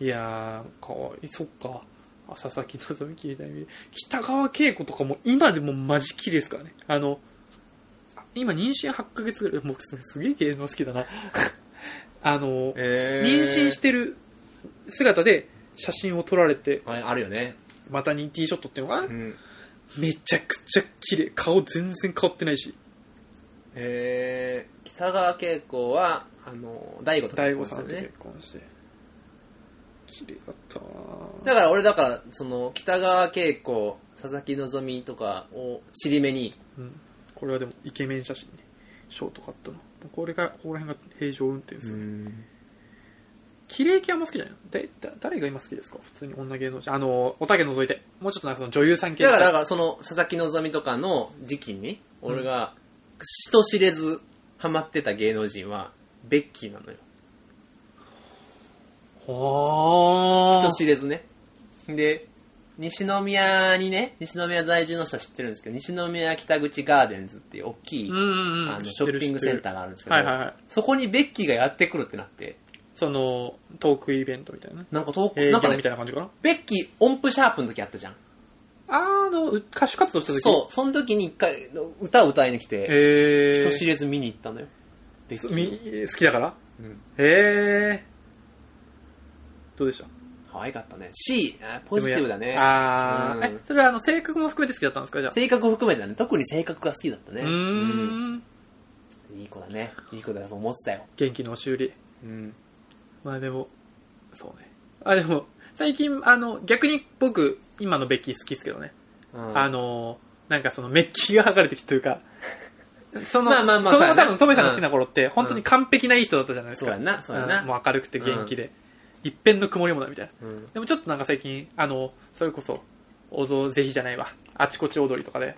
Speaker 1: いやー、かわいい。そっか。あ佐々木希、桐谷美玲北川景子とかも今でもマジ綺麗ですからね。あの、あ今妊娠8ヶ月ぐらい。もうすすげえ芸能好きだ な。あの、
Speaker 2: え、
Speaker 1: 妊娠しててる姿で写真を撮られて、
Speaker 2: あれあるよね。
Speaker 1: またにティーショットっていうのかな、
Speaker 2: うん。
Speaker 1: めちゃくちゃ綺麗顔全然変わってないし
Speaker 2: えー、北川景子は、あの、大悟と
Speaker 1: 大悟
Speaker 2: 結婚し
Speaker 1: さ
Speaker 2: た
Speaker 1: ん
Speaker 2: よ
Speaker 1: と
Speaker 2: ね
Speaker 1: 結。婚して綺麗だったわ
Speaker 2: だから俺、だから、その、北川景子、佐々木希とかを尻目に、
Speaker 1: うん、これはでもイケメン写真ねショートカットのこれがここら辺が平常運転ですよ、綺麗系はあんま好きじゃないのだだ誰が今好きですか普通に女芸能人あのおたけ除いてもうちょっとなんかその女優さん系
Speaker 2: だから、だからその、佐々木希とかの時期に、俺が、人知れずハマってた芸能人は、ベッキーなのよ。
Speaker 1: ほー
Speaker 2: 人知れずね。で、西宮にね、西宮在住の人は知ってるんですけど、西宮北口ガーデンズっていう大きい、
Speaker 1: うんうんうん
Speaker 2: あのショッピングセンター
Speaker 1: ー
Speaker 2: があるんですけど、
Speaker 1: はいはいはい
Speaker 2: そこにベッキーがやってくるってなって、
Speaker 1: そのトークイベントみたいなね
Speaker 2: なんか遠く、
Speaker 1: 営
Speaker 2: な
Speaker 1: 業
Speaker 2: んか
Speaker 1: み
Speaker 2: ね
Speaker 1: たいな感じかな
Speaker 2: ベッキー音符シャープの時あったじゃん。
Speaker 1: あーのう歌手活動した時
Speaker 2: そう、その時に一回歌を歌いに来て、
Speaker 1: えー、
Speaker 2: 人知れず見に行ったのよ。ベッキー。
Speaker 1: み好きだから
Speaker 2: うん
Speaker 1: へえどうでした
Speaker 2: 可愛かったね。C、あポジティブだ
Speaker 1: で
Speaker 2: ね
Speaker 1: も。やあー、
Speaker 2: うん
Speaker 1: えそれはあの性格も含めて好きだったんですかじゃあ
Speaker 2: 性格を含めてだね。特に性格が好きだったね。
Speaker 1: うーん
Speaker 2: うんいい子だね。いい子だと思ってたよ。
Speaker 1: 元気の押し売り
Speaker 2: うん。
Speaker 1: まあでもそうねあでも最近あの逆に僕今のベッキー好きですけどね、あのなんかそのメッキが剥がれてきたという かその、
Speaker 2: まあまあまあ
Speaker 1: そ
Speaker 2: そうや
Speaker 1: の
Speaker 2: な
Speaker 1: 多分トメさんが好きな頃って、本当に完璧ないい人だったじゃないです
Speaker 2: そう
Speaker 1: か
Speaker 2: や。な、そうやな。
Speaker 1: んもう明るくて元気で。一辺の曇りもないみたいな。
Speaker 2: うん
Speaker 1: でもちょっとなんか最近、あの、それこそ、踊ぜひじゃないわ、あちこち踊りとかで、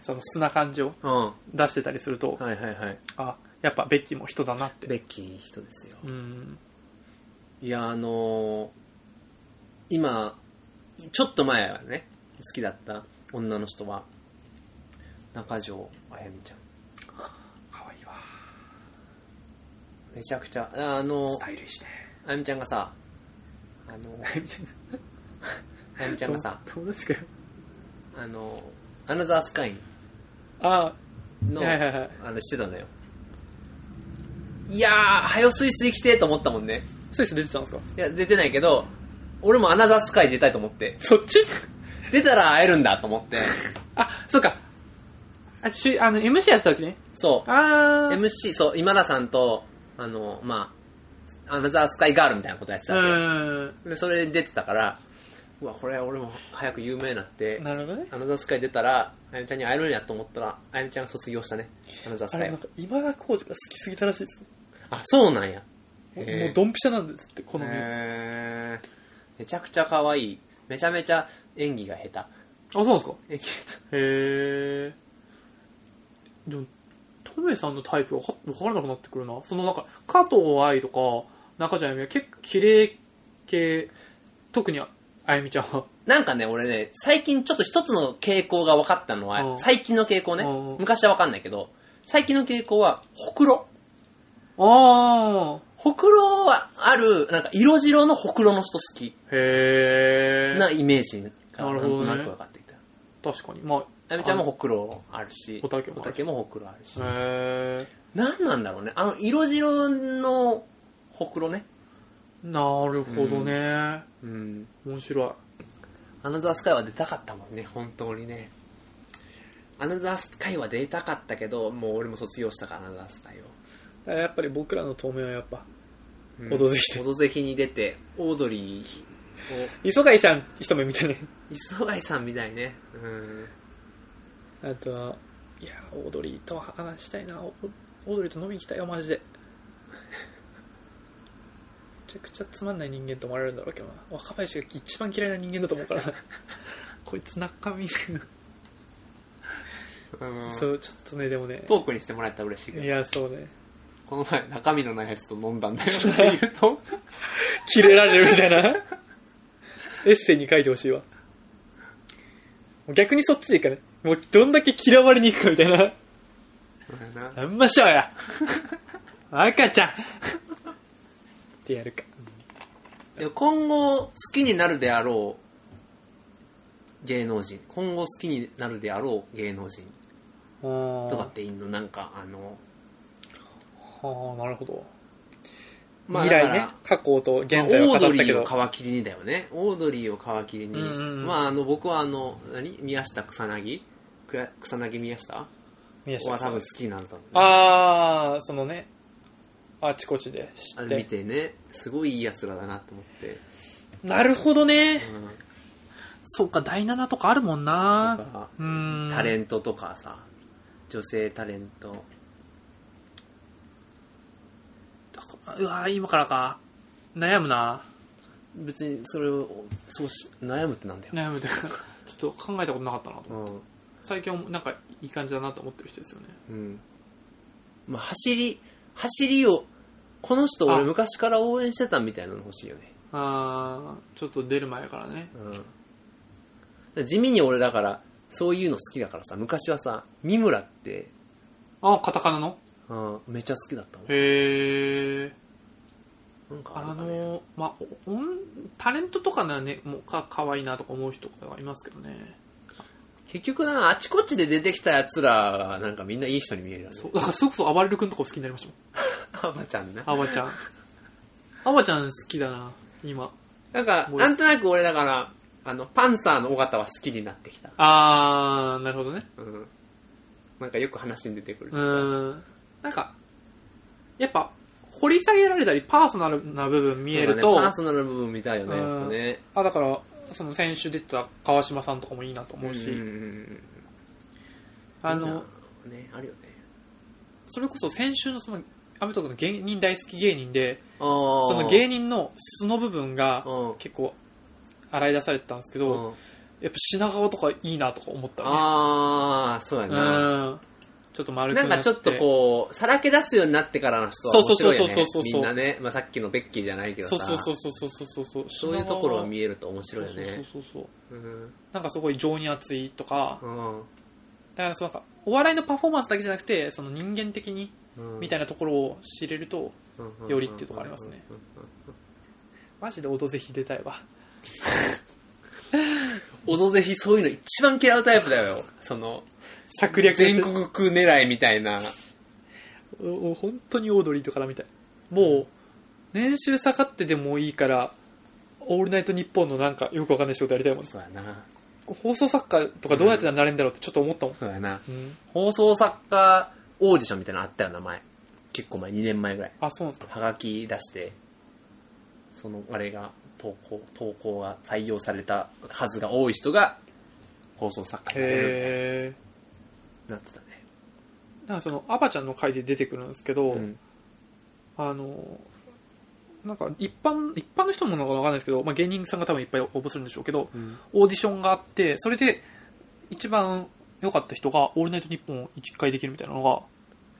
Speaker 1: その素な感じを
Speaker 2: うん。は
Speaker 1: 出してたりすると
Speaker 2: い、はいはい。
Speaker 1: あ、やっぱベッキーも人だなって。
Speaker 2: ベッキーいい人ですよ。
Speaker 1: うん。
Speaker 2: いや、あのー今、ちょっと前はね、好きだった女の人は、中条あやみちゃん。
Speaker 1: かわいいわ。
Speaker 2: めちゃくちゃ、あの
Speaker 1: ス
Speaker 2: ー
Speaker 1: タイルいいしね。
Speaker 2: あやみちゃんがさ、あのー あやみちゃんがさ、
Speaker 1: 友達かよ。
Speaker 2: あのーアナザースカイ
Speaker 1: あ
Speaker 2: の、
Speaker 1: はいはいはい
Speaker 2: あの、してたんだよ。いやー、はよスイスイ来てーと思ったもんね。
Speaker 1: スイス出てたんですか
Speaker 2: いや、出てないけど、俺もアナザースカイ出たいと思って。
Speaker 1: そっち
Speaker 2: 出たら会えるんだと思って。
Speaker 1: あ、そうか。あ、しあの、MC やってた時ね。
Speaker 2: そう。
Speaker 1: あー。
Speaker 2: MC、そう、今田さんと、あの、まあ、アナザースカイガールみたいなことやってたわけよ
Speaker 1: う
Speaker 2: で、それで出てたから、うわ、これ俺も早く有名になって
Speaker 1: ん。、なるほどね。
Speaker 2: アナザースカイ出たら、あやみちゃんに会えるんやと思ったら、あやみちゃんが卒業したね。アナザース
Speaker 1: あ
Speaker 2: カ
Speaker 1: れ、
Speaker 2: イ
Speaker 1: なん
Speaker 2: は
Speaker 1: か、今田耕司が好きすぎたらしいです。
Speaker 2: あ、そうなんや。
Speaker 1: も
Speaker 2: へー
Speaker 1: うもうドンピシャなんですって、この身。あ、
Speaker 2: へーめちゃくちゃ可愛い。めちゃめちゃ演技が下
Speaker 1: そうなんですか
Speaker 2: 手。演技下
Speaker 1: へえ。でも、トメさんのタイプわかわからなくなってくるな。そのなんか、加藤愛とか、中ちゃんあゆみは結構綺麗系、特にあゆみちゃんは。
Speaker 2: 手。なんかね、俺ね、最近ちょっと一つの傾向が分かったのは、
Speaker 1: うん
Speaker 2: 最近の傾向ね、
Speaker 1: うん
Speaker 2: 昔は分かんないけど、最近の傾向は、ほくろ。
Speaker 1: あ
Speaker 2: ほくろはある、なんか色白のほくろの人好き
Speaker 1: あ。へえ。
Speaker 2: なイメージが
Speaker 1: な
Speaker 2: な
Speaker 1: るほ
Speaker 2: んと
Speaker 1: どね
Speaker 2: なく分かってきた。
Speaker 1: 確かに。まあ、
Speaker 2: あやみちゃんもほくろあるし、
Speaker 1: おたけもある
Speaker 2: ほくろあるし。
Speaker 1: へえ。
Speaker 2: なんなんだろうね。あの、色白のほくろね。
Speaker 1: なるほどね。
Speaker 2: うん。
Speaker 1: 面白い。
Speaker 2: アナザースカイは出たかったもんね、本当にね。アナザースカイは出たかったけど、もう俺も卒業したから、アナザースカイを。
Speaker 1: やっぱり僕らの透明はやっぱ、
Speaker 2: う
Speaker 1: オドぜひで
Speaker 2: オドぜひに出て、オードリーを、
Speaker 1: 磯貝さん一目見たね。
Speaker 2: 磯貝さんみたいね。うん。
Speaker 1: あとは、いや、オードリーと話したいな。オオードリーと飲みに行きたいよ、マジで。めちゃくちゃつまんない人間と思われるんだろうけどな。若林が一番嫌いな人間だと思うからな。 こいつ中 身、そう、ちょっとね、でもね。
Speaker 2: トークにしてもらえたら嬉しいけど
Speaker 1: い。や、そうね。
Speaker 2: この前中身のないやつと飲んだん だよって言うと
Speaker 1: キレられるみたいな。 エッセイに書いてほしいわ。もう逆にそっちでいいからね。もうどんだけ嫌われに行くかみたいな。なんましょう や赤ちゃんってやるか。
Speaker 2: でも今後好きになるであろう芸能人今後好きになるであろう芸能人
Speaker 1: と
Speaker 2: とかっていいのなんかあの、
Speaker 1: はあ、なるほど。
Speaker 2: まあ、
Speaker 1: 未来
Speaker 2: だから
Speaker 1: ね、過去と
Speaker 2: まあ
Speaker 1: 現在を語っ
Speaker 2: オード
Speaker 1: た
Speaker 2: リ
Speaker 1: け
Speaker 2: ー
Speaker 1: ど。
Speaker 2: を皮切りにだよねオードリーを皮切りに、
Speaker 1: うんうんうん
Speaker 2: まああの僕はあの何宮下草薙くや草薙宮下
Speaker 1: 宮下
Speaker 2: は多
Speaker 1: さん
Speaker 2: 分好きになると思う
Speaker 1: あー、そのね、あちこちで知
Speaker 2: あ
Speaker 1: っ
Speaker 2: れ見
Speaker 1: て。
Speaker 2: てねすごいいいやつらだなと思って、
Speaker 1: なるほどね。
Speaker 2: うん
Speaker 1: そうか、第7とかあるもんな
Speaker 2: とか
Speaker 1: うん。
Speaker 2: タレントとかさ女性タレント
Speaker 1: うわー今からか。悩むな。
Speaker 2: 別にそれをそうし悩むってなんだよ、
Speaker 1: 悩むというか、 ちょっと考えたことなかったなと
Speaker 2: う。ん
Speaker 1: 最近はなんかいい感じだなと思ってる人ですよね。
Speaker 2: うんまあ、走り走りをこの人
Speaker 1: あ
Speaker 2: 俺昔から応援してたみたいなの欲しいよね、
Speaker 1: あー、ちょっと出る前からね。
Speaker 2: うん、地味に俺だからそういうの好きだからさ昔はさ三村って、
Speaker 1: あ、カタカナの
Speaker 2: うん、めっちゃ好きだったもん
Speaker 1: へー。
Speaker 2: なんかあ
Speaker 1: あ
Speaker 2: るかね
Speaker 1: のまあおおんタレントとかならねもうか可愛いなとか思う人とかはいますけどね
Speaker 2: 結局なあちこちで出てきたやつらはなんかみんないい人に見えるよね
Speaker 1: そうだからそれこそ暴れる君とか好きになりましたもん
Speaker 2: あまちゃんな
Speaker 1: あば ちゃんあばちゃん好きだな今
Speaker 2: なんか、
Speaker 1: もう
Speaker 2: なんとなく俺だから、あの、パンサーの尾形は好きになってきた。
Speaker 1: あーなるほどね
Speaker 2: うん。なんかよく話に出てくるし
Speaker 1: う。ーんなんかやっぱ掘り下げられたりパーソナルな部分見える
Speaker 2: そう
Speaker 1: と、
Speaker 2: だねパーソナル部分見たいよね、
Speaker 1: う
Speaker 2: や
Speaker 1: ん
Speaker 2: っぱね。
Speaker 1: あだからその先週出てた川島さんとかもいいなと思うし、
Speaker 2: うんうんうん
Speaker 1: あ
Speaker 2: みん
Speaker 1: の
Speaker 2: なね、あるよね。
Speaker 1: それこそ先週のそのアメトークの芸人大好き芸人で、
Speaker 2: そ
Speaker 1: その芸人の素の部分が
Speaker 2: うん
Speaker 1: 結構洗い出されてたんですけど、
Speaker 2: うん
Speaker 1: やっぱ品川とかいいなとか思ったね。
Speaker 2: ああ、そうや
Speaker 1: う
Speaker 2: な。
Speaker 1: ん。ちょっと丸く
Speaker 2: な
Speaker 1: なっ
Speaker 2: ん
Speaker 1: て
Speaker 2: かちょっとこう、さらけ出すようになってからの人は
Speaker 1: そう
Speaker 2: 面
Speaker 1: そうそ
Speaker 2: 白
Speaker 1: う
Speaker 2: いよね。
Speaker 1: そうそうそう
Speaker 2: みんなね、まあ、さっきのベッキーじゃないけど
Speaker 1: そ
Speaker 2: さ、
Speaker 1: うそうそうそうそうそうそう。
Speaker 2: そういうところが見
Speaker 1: え
Speaker 2: えると面白いよね。
Speaker 1: そうそうそうそう。
Speaker 2: うん
Speaker 1: なんかすごい情に熱いとか、
Speaker 2: うん
Speaker 1: だからそのなんかお笑いのパフォーマンスだけじゃなくて、その人間的に
Speaker 2: うん
Speaker 1: みたいなところを知れると、よりっていうところありますね。マジでオドぜひ出たいわ。
Speaker 2: オドぜひそういうの一番嫌うタイプだよ。その、
Speaker 1: 策略
Speaker 2: 全国区狙いみたいな。
Speaker 1: おお本当にオードリーとかだみたいもう年収下がってでもいいから「オールナイトニッポン」のなんかよくわかんない仕事やりたいもん
Speaker 2: そうやな。
Speaker 1: 放送作家とかどうやってなれるんだろうってちょっと思ったもん、
Speaker 2: そうやな。
Speaker 1: うん
Speaker 2: 放送作家オーディションみたいなのあったよな、前。結構前、2年前ぐらい。
Speaker 1: あそうなんですか
Speaker 2: はがき出して、そのあれが、投稿、投稿が採用された数が多い人が、放送作家になれるみたい
Speaker 1: へ
Speaker 2: になってたね。
Speaker 1: えんかそのアバちゃんの回で出てくるんですけど、
Speaker 2: うん
Speaker 1: あのなんか一般一般の人もなのかわかんないですけど、まあ、芸人さんが多分いっぱい応募するんでしょうけどオーディションがあってそれで一番良かった人が「オールナイトニッポン」を1回できるみたいなのが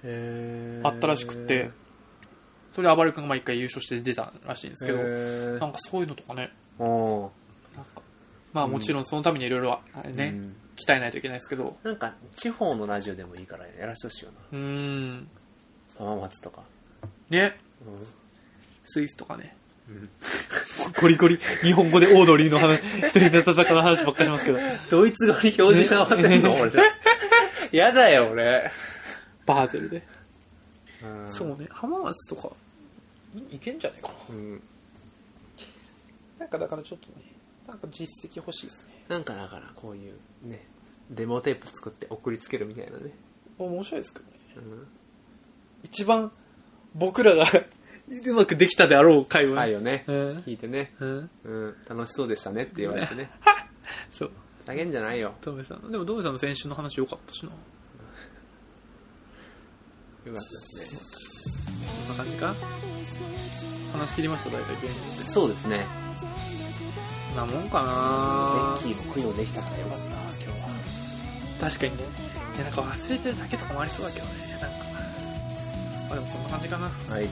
Speaker 2: へー
Speaker 1: あったらしくって、それで暴れくんが毎回優勝して出たらしいんですけど、
Speaker 2: へ
Speaker 1: な
Speaker 2: ー
Speaker 1: んかそういうのとかね、
Speaker 2: お
Speaker 1: なんかまあもちろんそのためにいろいろ
Speaker 2: ー
Speaker 1: ね、
Speaker 2: うん
Speaker 1: 鍛えないといけないですけど、
Speaker 2: なんか、地方のラジオでもいいからやらせてほしいよな。
Speaker 1: うーん、
Speaker 2: 浜松とか。
Speaker 1: ね、
Speaker 2: うん
Speaker 1: スイスとかね
Speaker 2: うん。
Speaker 1: ゴリゴリ、日本語でオードリーの 話、一人で戦の話ばっかりしますけど、
Speaker 2: ドイツ語に標準合わせるの俺。やだよ、俺。
Speaker 1: バーゼルで。
Speaker 2: そ
Speaker 1: そうね、浜松とか、いいけんじゃないかな。
Speaker 2: うん。
Speaker 1: なんかだからちょっとね、なんか実績欲しいですね。
Speaker 2: なんかだから、こういう、ね、デモテープ作って送りつけるみたいなね。
Speaker 1: 面白いですけどね。
Speaker 2: うん。
Speaker 1: 一番僕らが うまくできたであろう会話。
Speaker 2: あるよね。
Speaker 1: うん
Speaker 2: 聞いてね。
Speaker 1: うん。
Speaker 2: うん。楽しそうでしたねって言われてね。
Speaker 1: そう。
Speaker 2: 下げんじゃないよ。
Speaker 1: ドメさんの。でもドメさんの先週の話良かったしな。
Speaker 2: よかったですね。
Speaker 1: こんな感じか話し切りました、大体芸人って。
Speaker 2: そうですね。
Speaker 1: こんなもんか
Speaker 2: ベ
Speaker 1: な
Speaker 2: ッキーも供養できたからよかった、今日は。
Speaker 1: 確かにね。いや、なんか忘れてるだけとかもありそうだけどね。なんか。まあでもそんな感じかな。
Speaker 2: はい。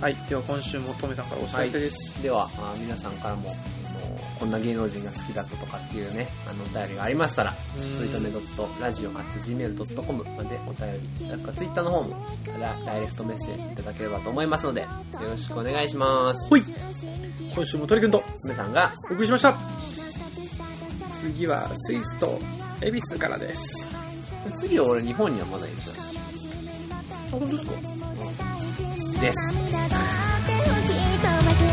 Speaker 1: はい。では今週もトメさんからお知らせです。
Speaker 2: では、あ皆さんからも、あのこんな芸能人が好きだったとかっていうね、あの、お便りがありましたら、
Speaker 1: うん
Speaker 2: トリートメドットラジオ gmail.com までお便り、なんかツイッターの方も、からダイレクトメッセージいただければと思いますので、よろしくお願いします。
Speaker 1: ほい。今週も鳥くんと
Speaker 2: 皆さんが、
Speaker 1: お送りしました。次はスイスと恵比寿からです。
Speaker 2: 次は俺日本にはまだいるじゃ
Speaker 1: あ、本当ですか
Speaker 2: ん。です。
Speaker 3: 涙があってもきっと忘れ